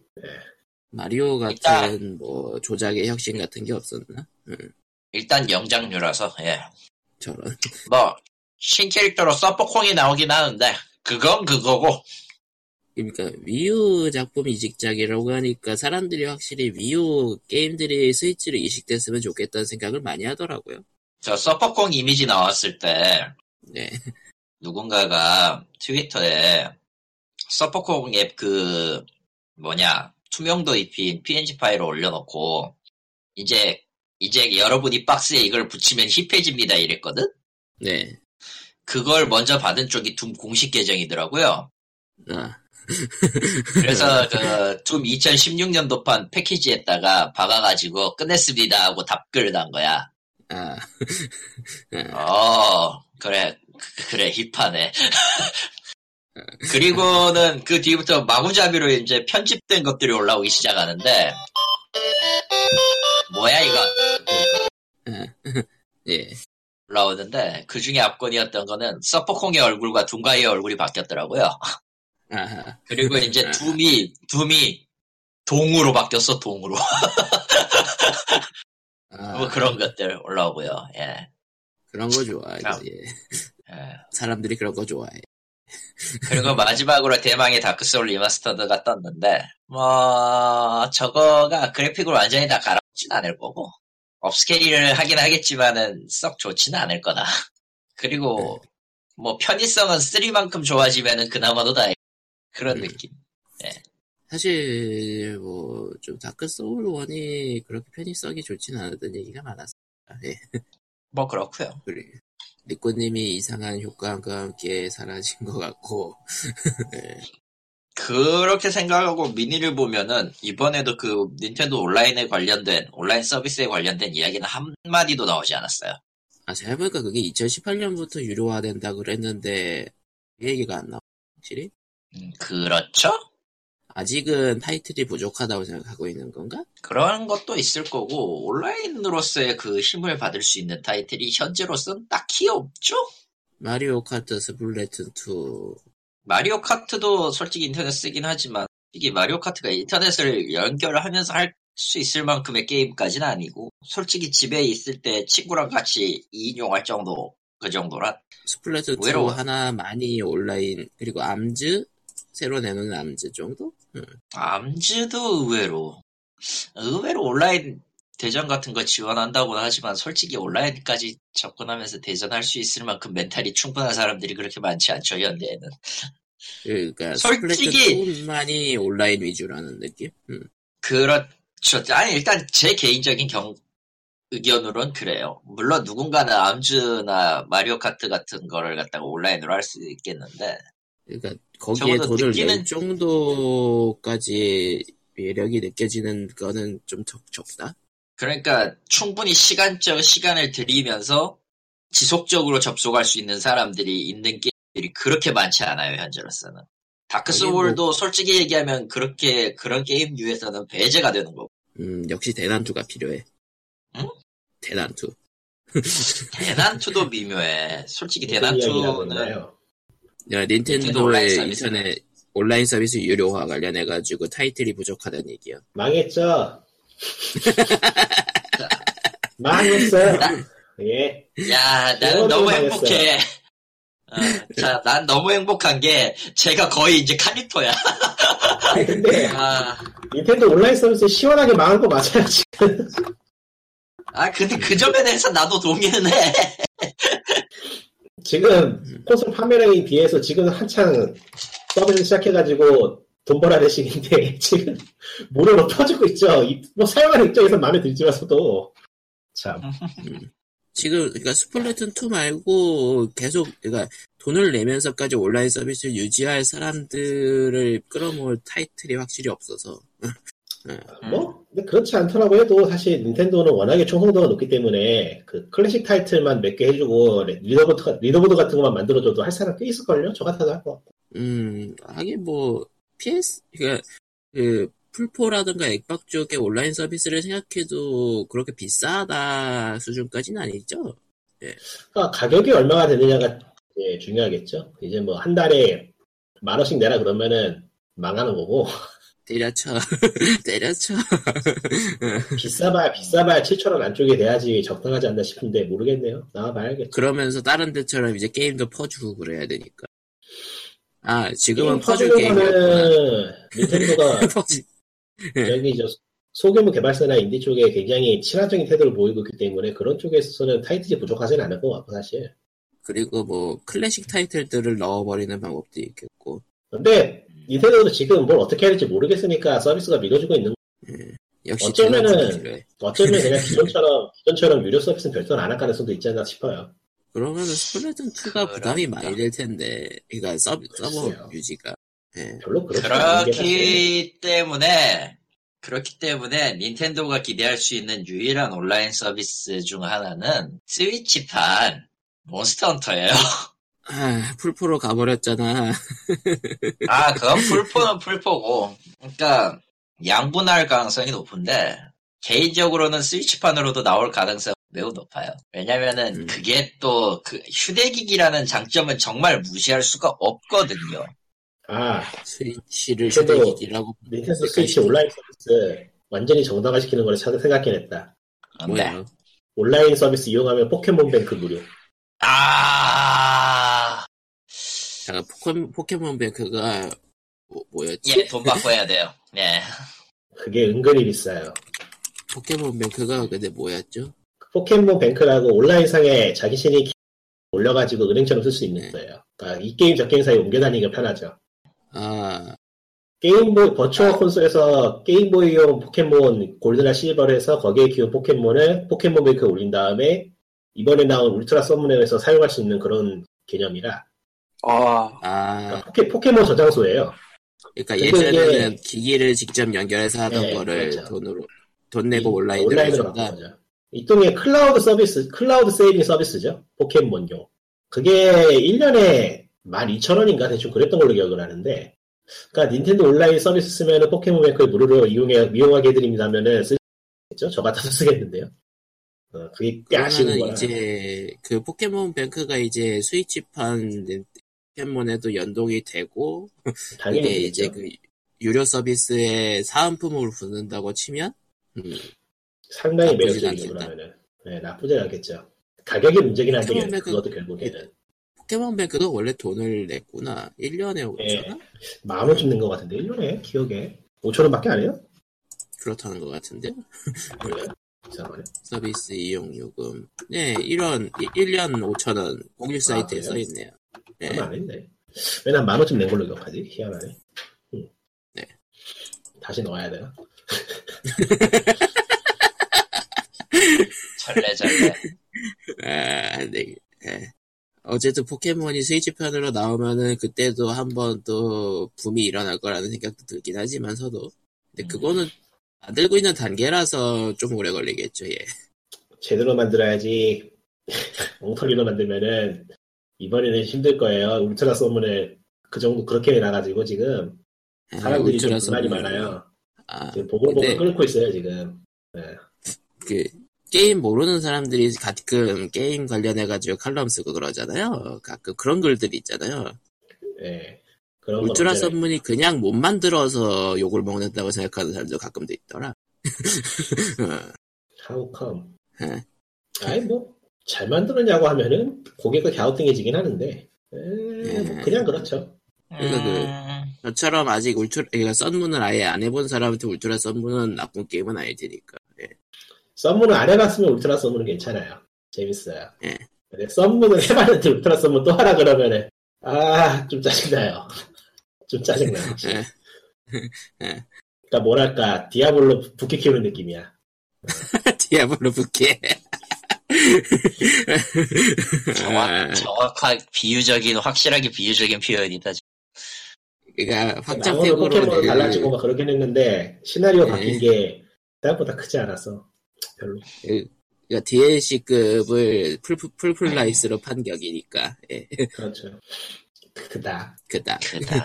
마리오 같은 일단- 뭐 조작의 혁신 같은 게 없었나 일단 영장류라서 예. 저런 뭐 신캐릭터로 서퍼콩이 나오긴 하는데 그건 그거고 그러니까 위유 작품 이식작이라고 하니까 사람들이 확실히 위유 게임들이 스위치로 이식됐으면 좋겠다는 생각을 많이 하더라고요 저 서퍼콩 이미지 나왔을 때 네 누군가가 트위터에 서퍼콩 앱 그 뭐냐 투명도 입힌 PNG 파일을 올려놓고 이제 이제 여러분이 박스에 이걸 붙이면 힙해집니다 이랬거든. 네. 그걸 먼저 받은 쪽이 둠 공식 계정이더라고요. 아, 그래서 그둠 2016년도판 패키지에다가 박아가지고 끝냈습니다 하고 답글을 단 거야. 아, 어 그래, 그- 그래, 힙하네. 그리고는 그 뒤부터 마구잡이로 이제 편집된 것들이 올라오기 시작하는데, 뭐야, 이거. 예. 올라오는데, 그 중에 압권이었던 거는 서퍼콩의 얼굴과 둥가이의 얼굴이 바뀌었더라고요. 아하. 그리고 이제 네. 둠이, 둠이 동으로 바뀌었어, 동으로. 아, 뭐 그런 것들 올라오고요, 예. 그런 거 좋아해. 아. 예. 예. 사람들이 그런 거 좋아해. 그리고 마지막으로 대망의 다크소울 리마스터드가 떴는데, 뭐, 저거가 그래픽을 완전히 다 갈아엎진 않을 거고, 업스케일을 하긴 하겠지만은 썩 좋지는 않을 거다. 그리고, 뭐, 편의성은 3만큼 좋아지면은 그나마도 다행. 그런 음. 느낌. 사실 뭐 좀 다크 소울 원이 그렇게 편의성이 좋진 않았던 얘기가 많았어. 예. 뭐, 그렇고요 그래. 리코님이 이상한 효과음과 함께 사라진 것 같고 그렇게 생각하고 미니를 보면은, 이번에도 그 닌텐도 온라인에 관련된, 온라인 서비스에 관련된 이야기는 한마디도 나오지 않았어요. 아 제가 보니까 그게 2018년부터 유료화된다 그랬는데 그 얘기가 안 나와 확실히 음, 그렇죠? 아직은 타이틀이 부족하다고 생각하고 있는 건가? 그런 것도 있을 거고 온라인으로서의 그 힘을 받을 수 있는 타이틀이 현재로선 딱히 없죠. 마리오 카트 스플래툰 2 마리오 카트도 솔직히 인터넷 쓰긴 하지만 솔직히 마리오 카트가 인터넷을 연결하면서 할 수 있을 만큼의 게임까지는 아니고 솔직히 집에 있을 때 친구랑 같이 이용할 정도 그 정도라 스플래툰 2 외로워. 하나 많이 온라인 그리고 암즈 새로 내놓는 암즈 정도? 음. 암즈도 의외로 의외로 온라인 대전 같은 거 지원한다고는 하지만 솔직히 온라인까지 접근하면서 대전할 수 있을 만큼 멘탈이 충분한 사람들이 그렇게 많지 않죠 현대에는 그러니까 솔직히- 스플래툰 2만이 온라인 위주라는 느낌? 음. 그렇죠. 아니, 일단 제 개인적인 경, 의견으론 그래요. 물론 누군가는 암즈나 마리오 카트 같은 거를 갖다가 온라인으로 할 수 있겠는데, 그러니까 거기에 적어도 돈을 낼 느끼는- 정도까지 매력이 느껴지는 거는 좀 적, 적다. 그러니까 충분히 시간적 시간을 들이면서 지속적으로 접속할 수 있는 사람들이 있는 게임들이 그렇게 많지 않아요, 현재로서는. 다크소울도 뭐 솔직히 얘기하면 그렇게, 그런 게임류에서는 배제가 되는 거고. 음, 역시 대난투가 필요해. 응? 대난투. 대난투도 미묘해. 솔직히 이야기라고 대난투는 했나요? 그러니까 닌텐도 온라인 닌텐도의 서비스. 인터넷 온라인 서비스 유료화 관련해가지고 타이틀이 부족하다는 얘기야. 망했죠. 망했어요. 예. 야, 나는 그거는 너무 망했어요. 행복해. 어, 자, 난 너무 행복한 게 제가 거의 이제 칼리토야. 아니, 근데 아, 닌텐도 온라인 서비스 시원하게 망한 거 맞아요. 지금. 아, 근데 그 점에 대해서 나도 동의는 해. 지금 콘솔 판매량에 비해서 지금 한창 서비스 시작해가지고 돈 벌어야 될 시기인데 지금 무료로 퍼지고 있죠. 이- 뭐 사용하는 입장에서 마음에 들지만서도 참 지금 그러니까 스플래툰 2 말고 계속 그러니까 돈을 내면서까지 온라인 서비스를 유지할 사람들을 끌어모을 타이틀이 확실히 없어서 음. 뭐 근데 그렇지 않더라고 해도 사실 닌텐도는 워낙에 충성도가 높기 때문에 그 클래식 타이틀만 몇 개 해주고 네, 리더보드, 가- 리더보드 같은 것만 만들어줘도 할 사람 꽤 있을걸요? 저 같아도 할 것 같고 음 하긴 뭐 PS 그러니까 그 풀포라든가 액박 쪽의 온라인 서비스를 생각해도 그렇게 비싸다 수준까지는 아니죠. 그러니까 가격이 얼마가 되느냐가 이제 중요하겠죠 이제 뭐 한 달에 만 원씩 내라 그러면은 망하는 거고 때려쳐 때려쳐 비싸봐야 비싸봐야 7천원 안쪽에 돼야지 적당하지 않나 싶은데 모르겠네요 나와봐야겠죠 그러면서 다른 데처럼 이제 게임도 퍼주고 그래야 되니까. 아 지금은 게임 퍼줄 퍼즐 게임이었구나. 거는 닌텐도가 퍼즐 여기 저 소규모 개발사나 인디 쪽에 굉장히 친화적인 태도를 보이고 있기 때문에 그런 쪽에 있어서는 타이틀이 부족하진 않을 것 같고 사실. 그리고 뭐 클래식 타이틀들을 넣어버리는 방법도 있겠고 근데 닌텐도도 지금 뭘 어떻게 해야 될지 모르겠으니까 서비스가 밀어주고 있는 역시 어쩌면은- 밸런스가 필요해. 거. 어쩌면 그냥 기존처럼 기존처럼 유료 서비스는 별도로 안 할 가능성도 있지 않나 싶어요. 그러면은 스플래툰 2가 부담이 많이 될 텐데 그러니까 서브 그러니까. 글쎄요. 서버 유지가 예. 별로 그렇죠. 그렇지 않은 게 사실. 그렇기 때문에, 그렇기 때문에 닌텐도가 기대할 수 있는 유일한 온라인 서비스 중 하나는 스위치판 몬스터 헌터예요. 아, 풀프로 가버렸잖아. 아, 그건 풀포는 풀포고. 그러니까 양분할 가능성이 높은데 개인적으로는 스위치판으로도 나올 가능성 매우 높아요. 왜냐면은 음. 그게 또 그 휴대기기라는 장점은 정말 무시할 수가 없거든요. 아 스위치를 저도 휴대기기라고 닌텐도 스위치 온라인 서비스 완전히 정당화시키는 걸 찾아 생각해냈다. 근데 뭐예요? 온라인 서비스 이용하면 포켓몬뱅크 무료. 아, 잠깐 포켓, 포켓몬뱅크가 뭐, 뭐였지? 예, 돈 받고 해야 돼요. 예. 그게 은근히 비싸요. 포켓몬뱅크가 근데 뭐였죠? 포켓몬뱅크라고 온라인상에 자기 신이 기- 올려가지고 은행처럼 쓸 수 있는 거예요. 그러니까 이 게임 저 게임 사이 옮겨다니기가 편하죠. 아, 게임보이 버추얼 콘솔에서 게임보이용 포켓몬 골드나 실버를 해서 거기에 키운 포켓몬을 포켓몬뱅크에 올린 다음에 이번에 나온 울트라 서문에서 사용할 수 있는 그런 개념이라 아, 아, 그러니까 포켓, 포켓몬 저장소예요. 그러니까 근데 예전에는 기기를 직접 연결해서 하던 네, 거를 그렇죠. 돈으로, 돈 내고 온라인으로 온라인으로 해준다. 바꾼 거죠. 일종의 클라우드 서비스, 클라우드 세이빙 서비스죠. 포켓몬용. 그게 1년에 12,000원인가 대충 그랬던 걸로 기억을 하는데, 그러니까 닌텐도 온라인 서비스 쓰면 포켓몬 뱅크를 무료로 이용해, 이용하게 해드립니다면은 쓰겠죠? 저 같아서 쓰겠는데요. 어, 그게 꽤 아쉬운 그러면은 거라. 이제 그 포켓몬 뱅크가 이제 스위치판 포켓몬에도 연동이 되고 당연히 이게 이제 그렇죠. 그 유료 서비스의 사은품으로 붙는다고 치면 음, 상당히 나쁘진 매력적이죠, 않겠다. 그러면은. 네, 나쁘진 않겠죠. 가격이 문제긴 한데, 포켓몬 뱅크- 그것도 결국에는. 포켓몬 뱅크도 원래 돈을 냈구나 예. 1년에 5천원? 마음을 줍는 것 같은데, 1년에? 기억에? 5,000원 밖에 안 해요? 그렇다는 것 같은데 음. 그래요? 이상하네. 서비스 이용 요금 네 이런 1년 5천원 공식 아, 사이트에 그래요? 써있네요 네. 얼마 음. 안 했네. 왜난 만원쯤 낸 걸로 기억하지? 희한하네. 응. 네. 다시 넣어야 되나? 절레절레. 아, 네. 예. 어제도 포켓몬이 스위치편으로 나오면은 그때도 한번 또 붐이 일어날 거라는 생각도 들긴 하지만서도 음. 근데 그거는 만들고 있는 단계라서 좀 오래 걸리겠죠 예. 제대로 만들어야지. 엉터리로 만들면은 이번에는 힘들 거예요. 울트라 소문을 그 정도 그렇게 나가지고 지금 아, 사람들이 좀 울트라서 불만이 뭐- 많아요. 아, 지금 보글보글 근데- 끓고 있어요 지금. 그 게임 모르는 사람들이 가끔 게임 관련해 가지고 칼럼 쓰고 그러잖아요. 가끔 그런 글들이 있잖아요. 예. 그런 건 울트라 언제나 선문이 그냥 못 만들어서 욕을 먹는다고 생각하는 사람도 가끔 돼 있더라. How come? 예. 아니 뭐 잘 만들었냐고 하면은 고개가 갸우뚱해지긴 하는데 에, 네. 뭐 그냥 그렇죠. 그래서 그- 음, 저처럼 아직 울트라, 그러니까 썬문을 아예 안 해본 사람한테 울트라 썬문은 나쁜 게임은 아닐 테니까. 예. 썸문을 안 해봤으면 울트라 썸문은 괜찮아요. 재밌어요. 예. 근데 썸문을 해봤는데 울트라 썸문 또 하라 그러면은 아좀 짜증나요. 좀 짜증나요. 예. 그러니까 뭐랄까 디아블로 부캐 키우는 느낌이야. 디아블로 부캐. 정확, 정확하, 비유적인, 확실하게 비유적인 표현이다. 그러니까 나무는 포켓몬 달라지고 확장팩으로 막 그러긴 했는데 시나리오 예. 바뀐 게 생각보다 크지 않아서 별로. 그러니까 DLC급을 풀풀 풀라이스로 판 격이니까. 예. 그렇죠. 그다. 그다. 그다.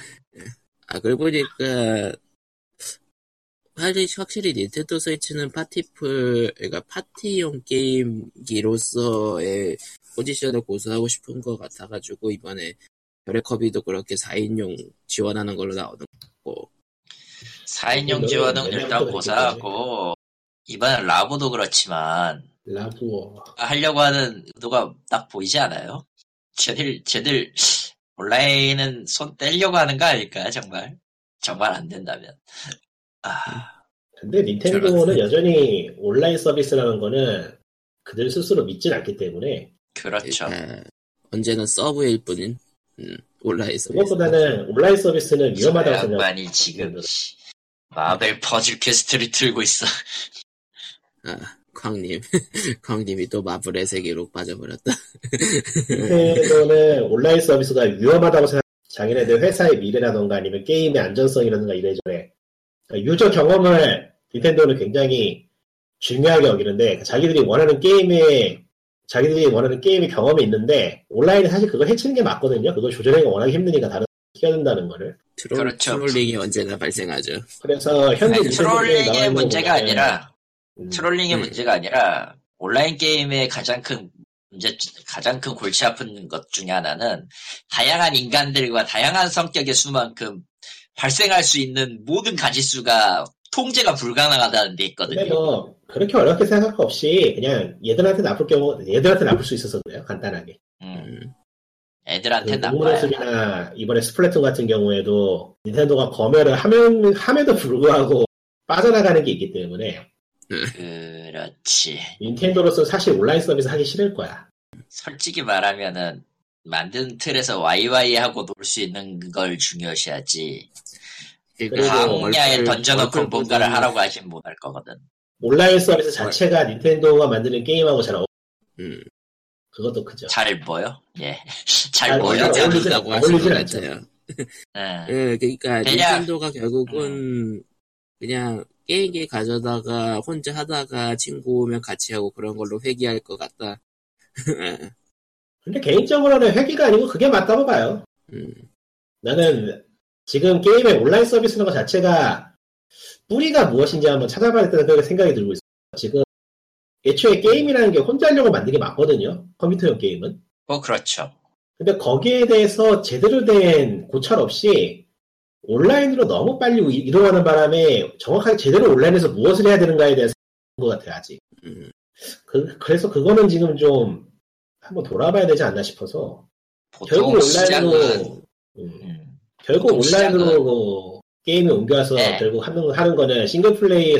아, 그러고 보니까, 확실히, 확실히 닌텐도 스위치는 파티풀, 그러니까 파티용 게임기로서의 포지션을 고수하고 싶은 것 같아가지고, 이번에 별의 커비도 그렇게 4인용 지원하는 걸로 나오는 거고, 4인용 그거는 지원은 옛날부터 일단 그렇게 고사하고, 이번엔 라보도 그렇지만, 라부어. 하려고 하는 의도가 딱 보이지 않아요? 쟤들, 쟤들, 온라인은 손 떼려고 하는 거 아닐까, 정말? 정말 안 된다면. 아, 근데 닌텐도는 잘났어요. 여전히 온라인 서비스라는 거는 그들 스스로 믿진 않기 때문에 그렇죠. 그러니까 언제는 서브일 뿐인, 음, 온라인 서비스. 그것보다는 온라인 서비스는 위험하다고 생각. 아, 양반이 지금, 씨, 마벨 퍼즐 퀘스트를 들고 있어. 아, 광님. 광님이 또 마블의 세계로 빠져버렸다. 닌텐도는 그 온라인 서비스가 위험하다고 생각. 자기네들 회사의 미래라던가 아니면 게임의 안전성이라든가 이래저래 그러니까 유저 그러니까 경험을 닌텐도는 굉장히 중요하게 여기는데 자기들이 원하는 게임의 자기들이 원하는 게임이 경험이 있는데 온라인은 사실 그걸 해치는 게 맞거든요. 그걸 조절하기가 워낙 힘드니까 다른 끼어든다는 거를. 트롤, 그렇죠. 트롤링이 언제나 발생하죠. 그래서 현재 아니, 미세먼지 나와 트롤링의 있는 문제가 거는, 아니라 음, 트롤링의 음. 문제가 아니라 온라인 게임의 가장 큰 문제 가장 큰 골치 아픈 것 중에 하나는 다양한 인간들과 다양한 성격의 수만큼 발생할 수 있는 모든 가지수가 통제가 불가능하다는 데 근데 있거든요. 뭐 그렇게 어렵게 생각할 거 없이 그냥 얘들한테 나쁠 경우 얘들한테 나쁠 수 있어서 그래요. 간단하게. 음, 음. 애들한테 그 나빠요. 모모노스이나 이번에 스플래툰 같은 경우에도 닌텐도가 검열을 하면 함에도 불구하고 빠져나가는 게 있기 때문에 그렇지. 닌텐도로서 사실 온라인 서비스 하기 싫을 거야. 솔직히 말하면은 만든 틀에서 와이와이 하고 놀 수 있는 걸 중요시하지. 그러니까 그리고 광야에 얼굴- 던져놓고 얼굴 뭔가를 보자면- 하라고 하진 못할 거거든. 온라인 서비스 자체가 닌텐도가 만드는 게임하고 잘 어, 음, 그것도 크죠. 잘 보여? 예. 잘 잘 보여. 보여요. 어울리지 어울리진 않는다고 않- 하신 것 어울리진 않죠. 아, 같아요. 예. 예, 그러니까 대략. 닌텐도가 결국은 그냥 게임기 가져다가 혼자 하다가 친구 오면 같이 하고 그런 걸로 회귀할 것 같다. 예, 근데 개인적으로는 회기가 아니고 그게 맞다고 봐요. 음, 나는 지금 게임의 온라인 서비스라는 것 자체가 뿌리가 무엇인지 한번 찾아봐야겠다는 그런 생각이 들고 있어요. 지금 애초에 게임이라는 게 혼자 하려고 만든 게 맞거든요. 컴퓨터용 게임은. 뭐 그렇죠. 근데 거기에 대해서 제대로 된 고찰 없이 온라인으로 너무 빨리 이- 이동하는 바람에 정확하게 제대로 온라인에서 무엇을 해야 되는가에 대해서 것 같아요, 아직. 음. 그, 그래서 그거는 지금 좀 한번 돌아봐야 되지 않나 싶어서. 결국 보통 뭐 시작은 온라인으로, 음, 음, 결국 보통 시작은- 온라인으로 뭐 게임을 옮겨서 네. 결국 하는, 하는 거는 싱글 플레이에서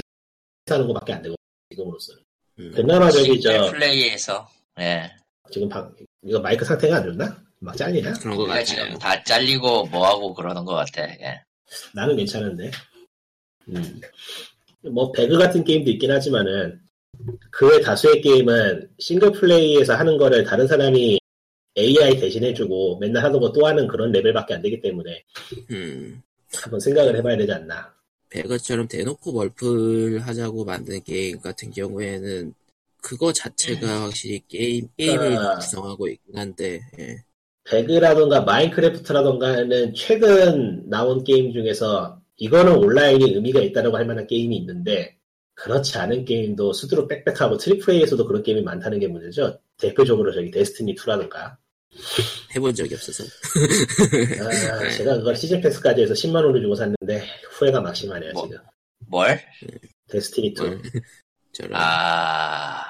하는 거밖에 안 되고, 지금으로서는. 음. 그나마 저기, 싱글 저, 플레이에서 예. 지금 방, 이거 마이크 상태가 안 좋나? 막 잘리나? 그런 것 우리가 같아요. 지금 다 잘리고 뭐하고 그러는 것 같아. 예. 나는 괜찮은데. 음. 뭐 배그 같은 게임도 있긴 하지만은 그 외 다수의 게임은 싱글 플레이에서 하는 거를 다른 사람이 AI 대신해주고 맨날 하던 거 또 하는 그런 레벨밖에 안 되기 때문에 음, 한번 생각을 해봐야 되지 않나. 배그처럼 대놓고 멀플 하자고 만든 게임 같은 경우에는 그거 자체가 확실히 게임 게임을 아. 구성하고 있긴 한데 예. 배그라던가 마인크래프트라던가는 최근 나온 게임 중에서 이거는 온라인이 의미가 있다라고 할 만한 게임이 있는데 그렇지 않은 게임도 수두로 빽빽하고 트리플 A에서도 그런 게임이 많다는 게 문제죠. 대표적으로 저기 데스티니 2라던가 해본 적이 없어서 아, 제가 그걸 시즌 패스까지 해서 10만 원을 주고 샀는데 후회가 막심하네요 뭐? 지금. 뭘? 데스티니 2. 뭘. 저런 아,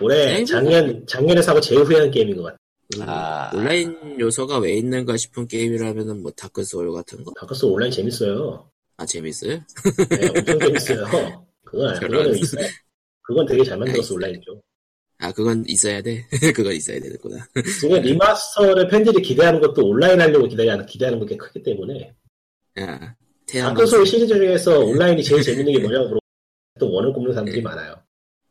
올해 에이, 작년 작년에 사고 제일 후회한 게임인 것 같아. 음, 아. 온라인 요소가 왜 있는가 싶은 게임이라면은 뭐 다크 소울 같은 거? 바커스 온라인 재밌어요. 아 재밌어요? 네, 엄청 재밌어요. 그건 아니- 저런. 그거는 있어요. 그건 되게 잘 만들었어 온라인 쪽. 아 그건 있어야 돼. 그건 있어야 되는구나. 지금 리마스터를 팬들이 기대하는 것도 온라인 하려고 기대하는 기대하는 게 크기 때문에 아, 바커스 시리즈 중에서 온라인이 제일 재밌는 게 뭐냐고 물어보면 또 원을 꼽는 사람들이 네. 많아요.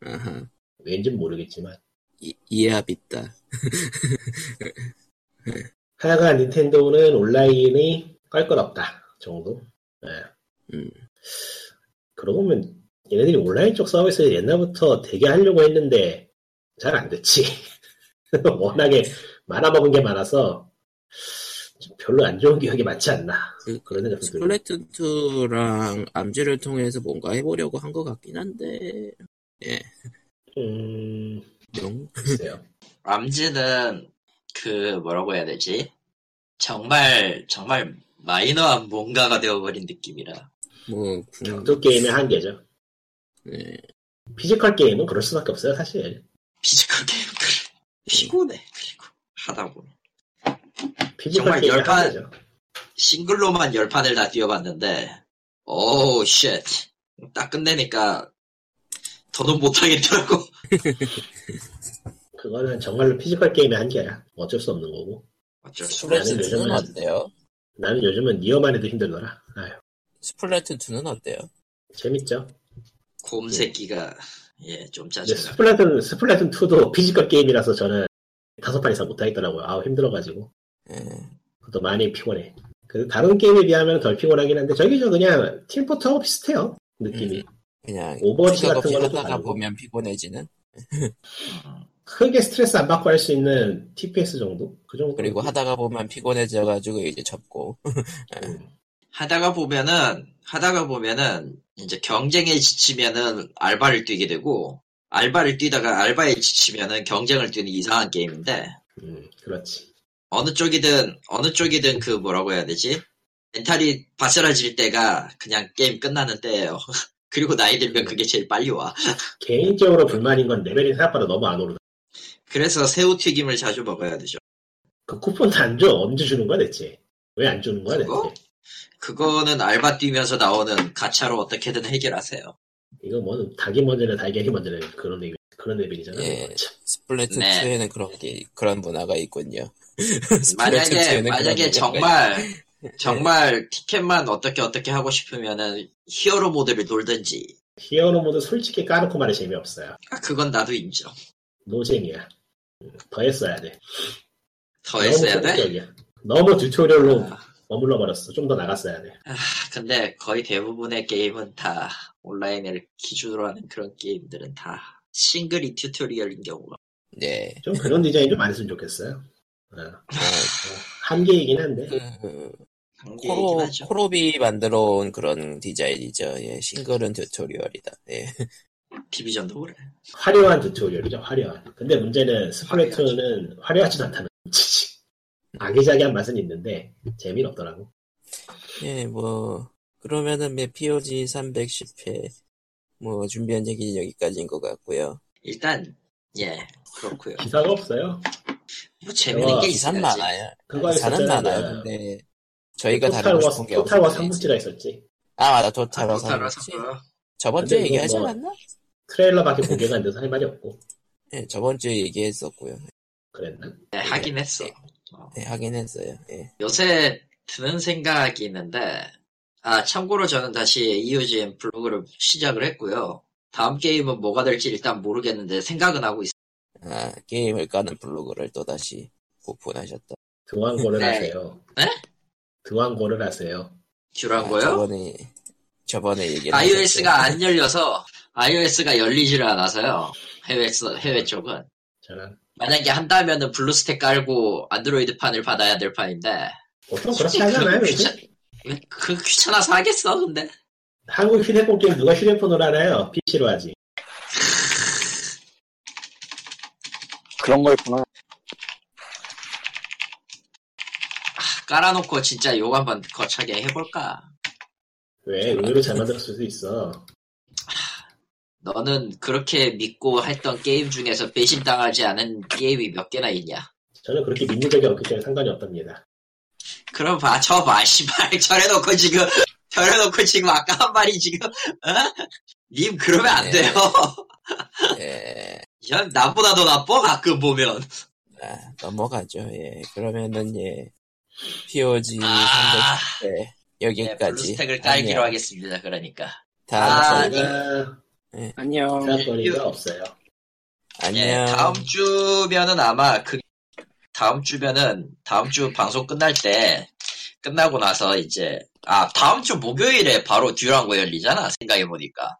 아하. 왠지 모르겠지만 이, 이해합 있다. 하여간 닌텐도는 온라인이 깔끔없다 정도. 예. 음. 그러고 보면 얘네들이 온라인 쪽 서비스 옛날부터 되게 하려고 했는데 잘 안 됐지. 워낙에 말아먹은 게 많아서 좀 별로 안 좋은 기억이 많지 않나. 그- 그런 생각도 들고. 스플래툰 2랑 암지를 통해서 뭔가 해보려고 한 것 같긴 한데 음, 영. 글쎄요. 람지는 그 뭐라고 해야 되지? 정말 정말 마이너한 뭔가가 되어버린 느낌이라. 뭐 궁- 격투 게임의 한계죠. 네. 피지컬 게임은 그럴 수밖에 없어요, 사실. 피지컬 게임 그래. 피곤해. 그리고 하다 보면 피지컬 정말 게임의 열판- 한계죠. 싱글로만 열 판을 다 뛰어봤는데 오우 쉣딱 끝내니까 더는 못하겠더라고. 그거는 정말로 피지컬 게임의 한계야. 어쩔 수 없는 거고. 어쩔 수 없어. 스플래툰 2는 네, 요즘은- 어때요? 나는 요즘은 니어만 해도 힘들더라. 아유, 스플래툰 2는 어때요? 재밌죠. 네. 곰새끼가 예 좀 근데 짜증나. 스플래툰, 스플래툰 2도 피지컬 게임이라서 저는 다섯 판 이상 못하겠더라고요. 아우, 힘들어가지고. 예. 그것도 많이 피곤해. 그 다른 게임에 비하면 덜 피곤하긴 한데, 저기저 그냥 팀포트하고 비슷해요. 느낌이. 음. 그냥 오버워치 생각 같은 없이 거는 좀 하다가 다르고. 보면 피곤해지는. 음. 크게 스트레스 안 받고 할 수 있는 TPS 정도? 그 정도? 그리고 하다가 보면 피곤해져가지고 이제 접고 하다가 보면은 하다가 보면은 이제 경쟁에 지치면은 알바를 뛰게 되고 알바를 뛰다가 알바에 지치면은 경쟁을 뛰는 이상한 게임인데 음, 그렇지. 어느 쪽이든 어느 쪽이든 그 뭐라고 해야 되지 멘탈이 바스라질 때가 그냥 게임 끝나는 때예요. 그리고 나이 들면 그게 제일 빨리 와. 개인적으로 불만인 건 레벨이 생각보다 너무 안 오르다. 그래서 새우 튀김을 자주 먹어야 되죠. 그 쿠폰도 안 줘. 언제 주는 거야 대체? 왜 안 주는 거야 대체? 그거? 그거는 알바 뛰면서 나오는 가차로 어떻게든 해결하세요. 이거 뭐 닭이 먼저냐 달걀이 먼저냐 그런 레벨, 그런 레벨이잖아. 예. 참. 스플래툰 네. 2에는 그런 게 그런 문화가 있군요. 스플래툰 만약에 2에는 그런 만약에 문화가 정말 정말 티켓만 어떻게 어떻게 하고 싶으면은 히어로 모드를 돌든지 히어로 모드 솔직히 까놓고 말해 재미없어요. 아, 그건 나도 인정. 노잼이야. 음, 더 했어야 돼. 더 했어야 너무 돼. 소극적이야. 너무 튜토리얼로 아. 머물러 버렸어. 좀 더 나갔어야 돼. 근데 거의 대부분의 게임은 다 온라인을 기준으로 하는 그런 게임들은 다 싱글이 튜토리얼인 경우가 예. 좀 그런 디자인 좀 안 했으면 좋겠어요. 어, 어, 한계이긴 한데. 그, 관계이긴 코로 네. 하죠. 코로비 만들어 온 그런 디자인이죠. 예. 싱글은 튜토리얼이다. 예. 디비전도 그래. 화려한 튜토리얼이죠, 화려한. 근데 음, 문제는 스플래툰은 화려하지 않다는 거지. 아기자기한 맛은 있는데 재미는 없더라고. 예, 뭐 그러면은 매 POG 310회 뭐 준비한 얘기 여기까지인 것 같고요. 일단 예 그렇고요. 기사가 없어요. 뭐 재밌는 어, 게 기사 있어야지. 많아요. 그거 기사는 있었잖아요. 많아요. 근데 저희가 토탈워, 다루고 싶은 게 토탈워 없어요. 삼국지라 있었지. 아 맞아 아, 토탈워 그렇다라 삼국지. 삼국지. 저번 주에 근데 이거 얘기하지 뭐- 않았나? 트레일러밖에 공개가 안 돼서 할 말이 없고 예, 저번 주에 얘기했었고요. 그랬나? 네, 하긴 했어. 예, 하긴 했어요. 예. 요새 드는 생각이 있는데, 아, 참고로 저는 다시 E EOGM 블로그를 시작을 했고요. 다음 게임은 뭐가 될지 일단 모르겠는데 생각은 하고 있어요. 아, 게임을 까는 블로그를 또다시 오픈하셨다. 등왕고를 네. 하세요. 네? 등왕고를 하세요. 아, 듀란고요? 저번에, 저번에 얘기를 iOS가 하셨죠. 안 열려서, iOS가 열리질 않아서요. 해외, 해외 쪽은. 저는 만약에 한다면은 블루스택 깔고 안드로이드판을 받아야 될 판인데, 보통 그렇게 하잖아요. 그, 요즘? 귀찮, 왜 그, 귀찮아서 하겠어, 근데. 한국 휴대폰 게임 누가 휴대폰으로 하나요? PC로 하지. 그런 거였구나. 깔아놓고 진짜 욕 한번 거창하게 해볼까. 아. 왜? 의외로 잘 만들었을 수도 있어. 너는 그렇게 믿고 했던 게임 중에서 배신당하지 않은 게임이 몇 개나 있냐? 저는 그렇게 믿는 적이 없기 때문에 상관이 없답니다. 그럼 봐, 저 봐, 씨발. 저래놓고 지금, 저래놓고 지금 아까 한 말이 지금, 어? 님, 그러면 안 네. 돼요. 예. 야, 나보다 더 나빠, 가끔 보면. 아, 넘어가죠. 예. 그러면은, 예. POG 아, 300회 네, 여기까지. 블루스택을 깔기로 안녕. 하겠습니다. 그러니까. 다음, 아, 주- 저희가 안녕. 생각거리가 없어요. 예, 안녕. 다음 주면은 아마 그, 다음 주면은, 다음 주 방송 끝날 때, 끝나고 나서 이제, 아, 다음 주 목요일에 바로 듀랑고 열리잖아, 생각해보니까.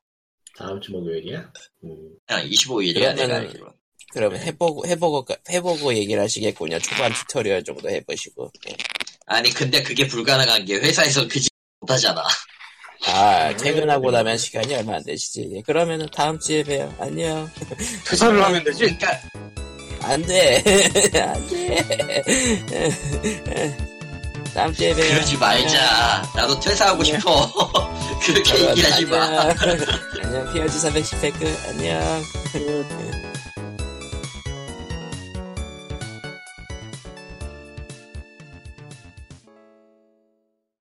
다음 주 목요일이야? 음, 그냥 25일이야 내가 그러면은- 알기로. 그러면 네. 해보고, 해보고, 해보고 얘기를 하시겠군요. 초반 튜토리얼 정도 해보시고. 예. 아니 근데 그게 불가능한 게 회사에서 그지 못하잖아. 네, 아, 퇴근하고 나면 시간이 얼마 안 되시지. 예. 그러면은 다음 주에 봬요. 안녕. 퇴사를 하면 되지? 그러니까 안 돼. 안 돼. 다음 주에 봬요. 그러지 말자. 나도 퇴사하고 싶어. 아, 그렇게 얘기하지 마. 안녕. 안녕. 피어지 310 테크. 안녕. 그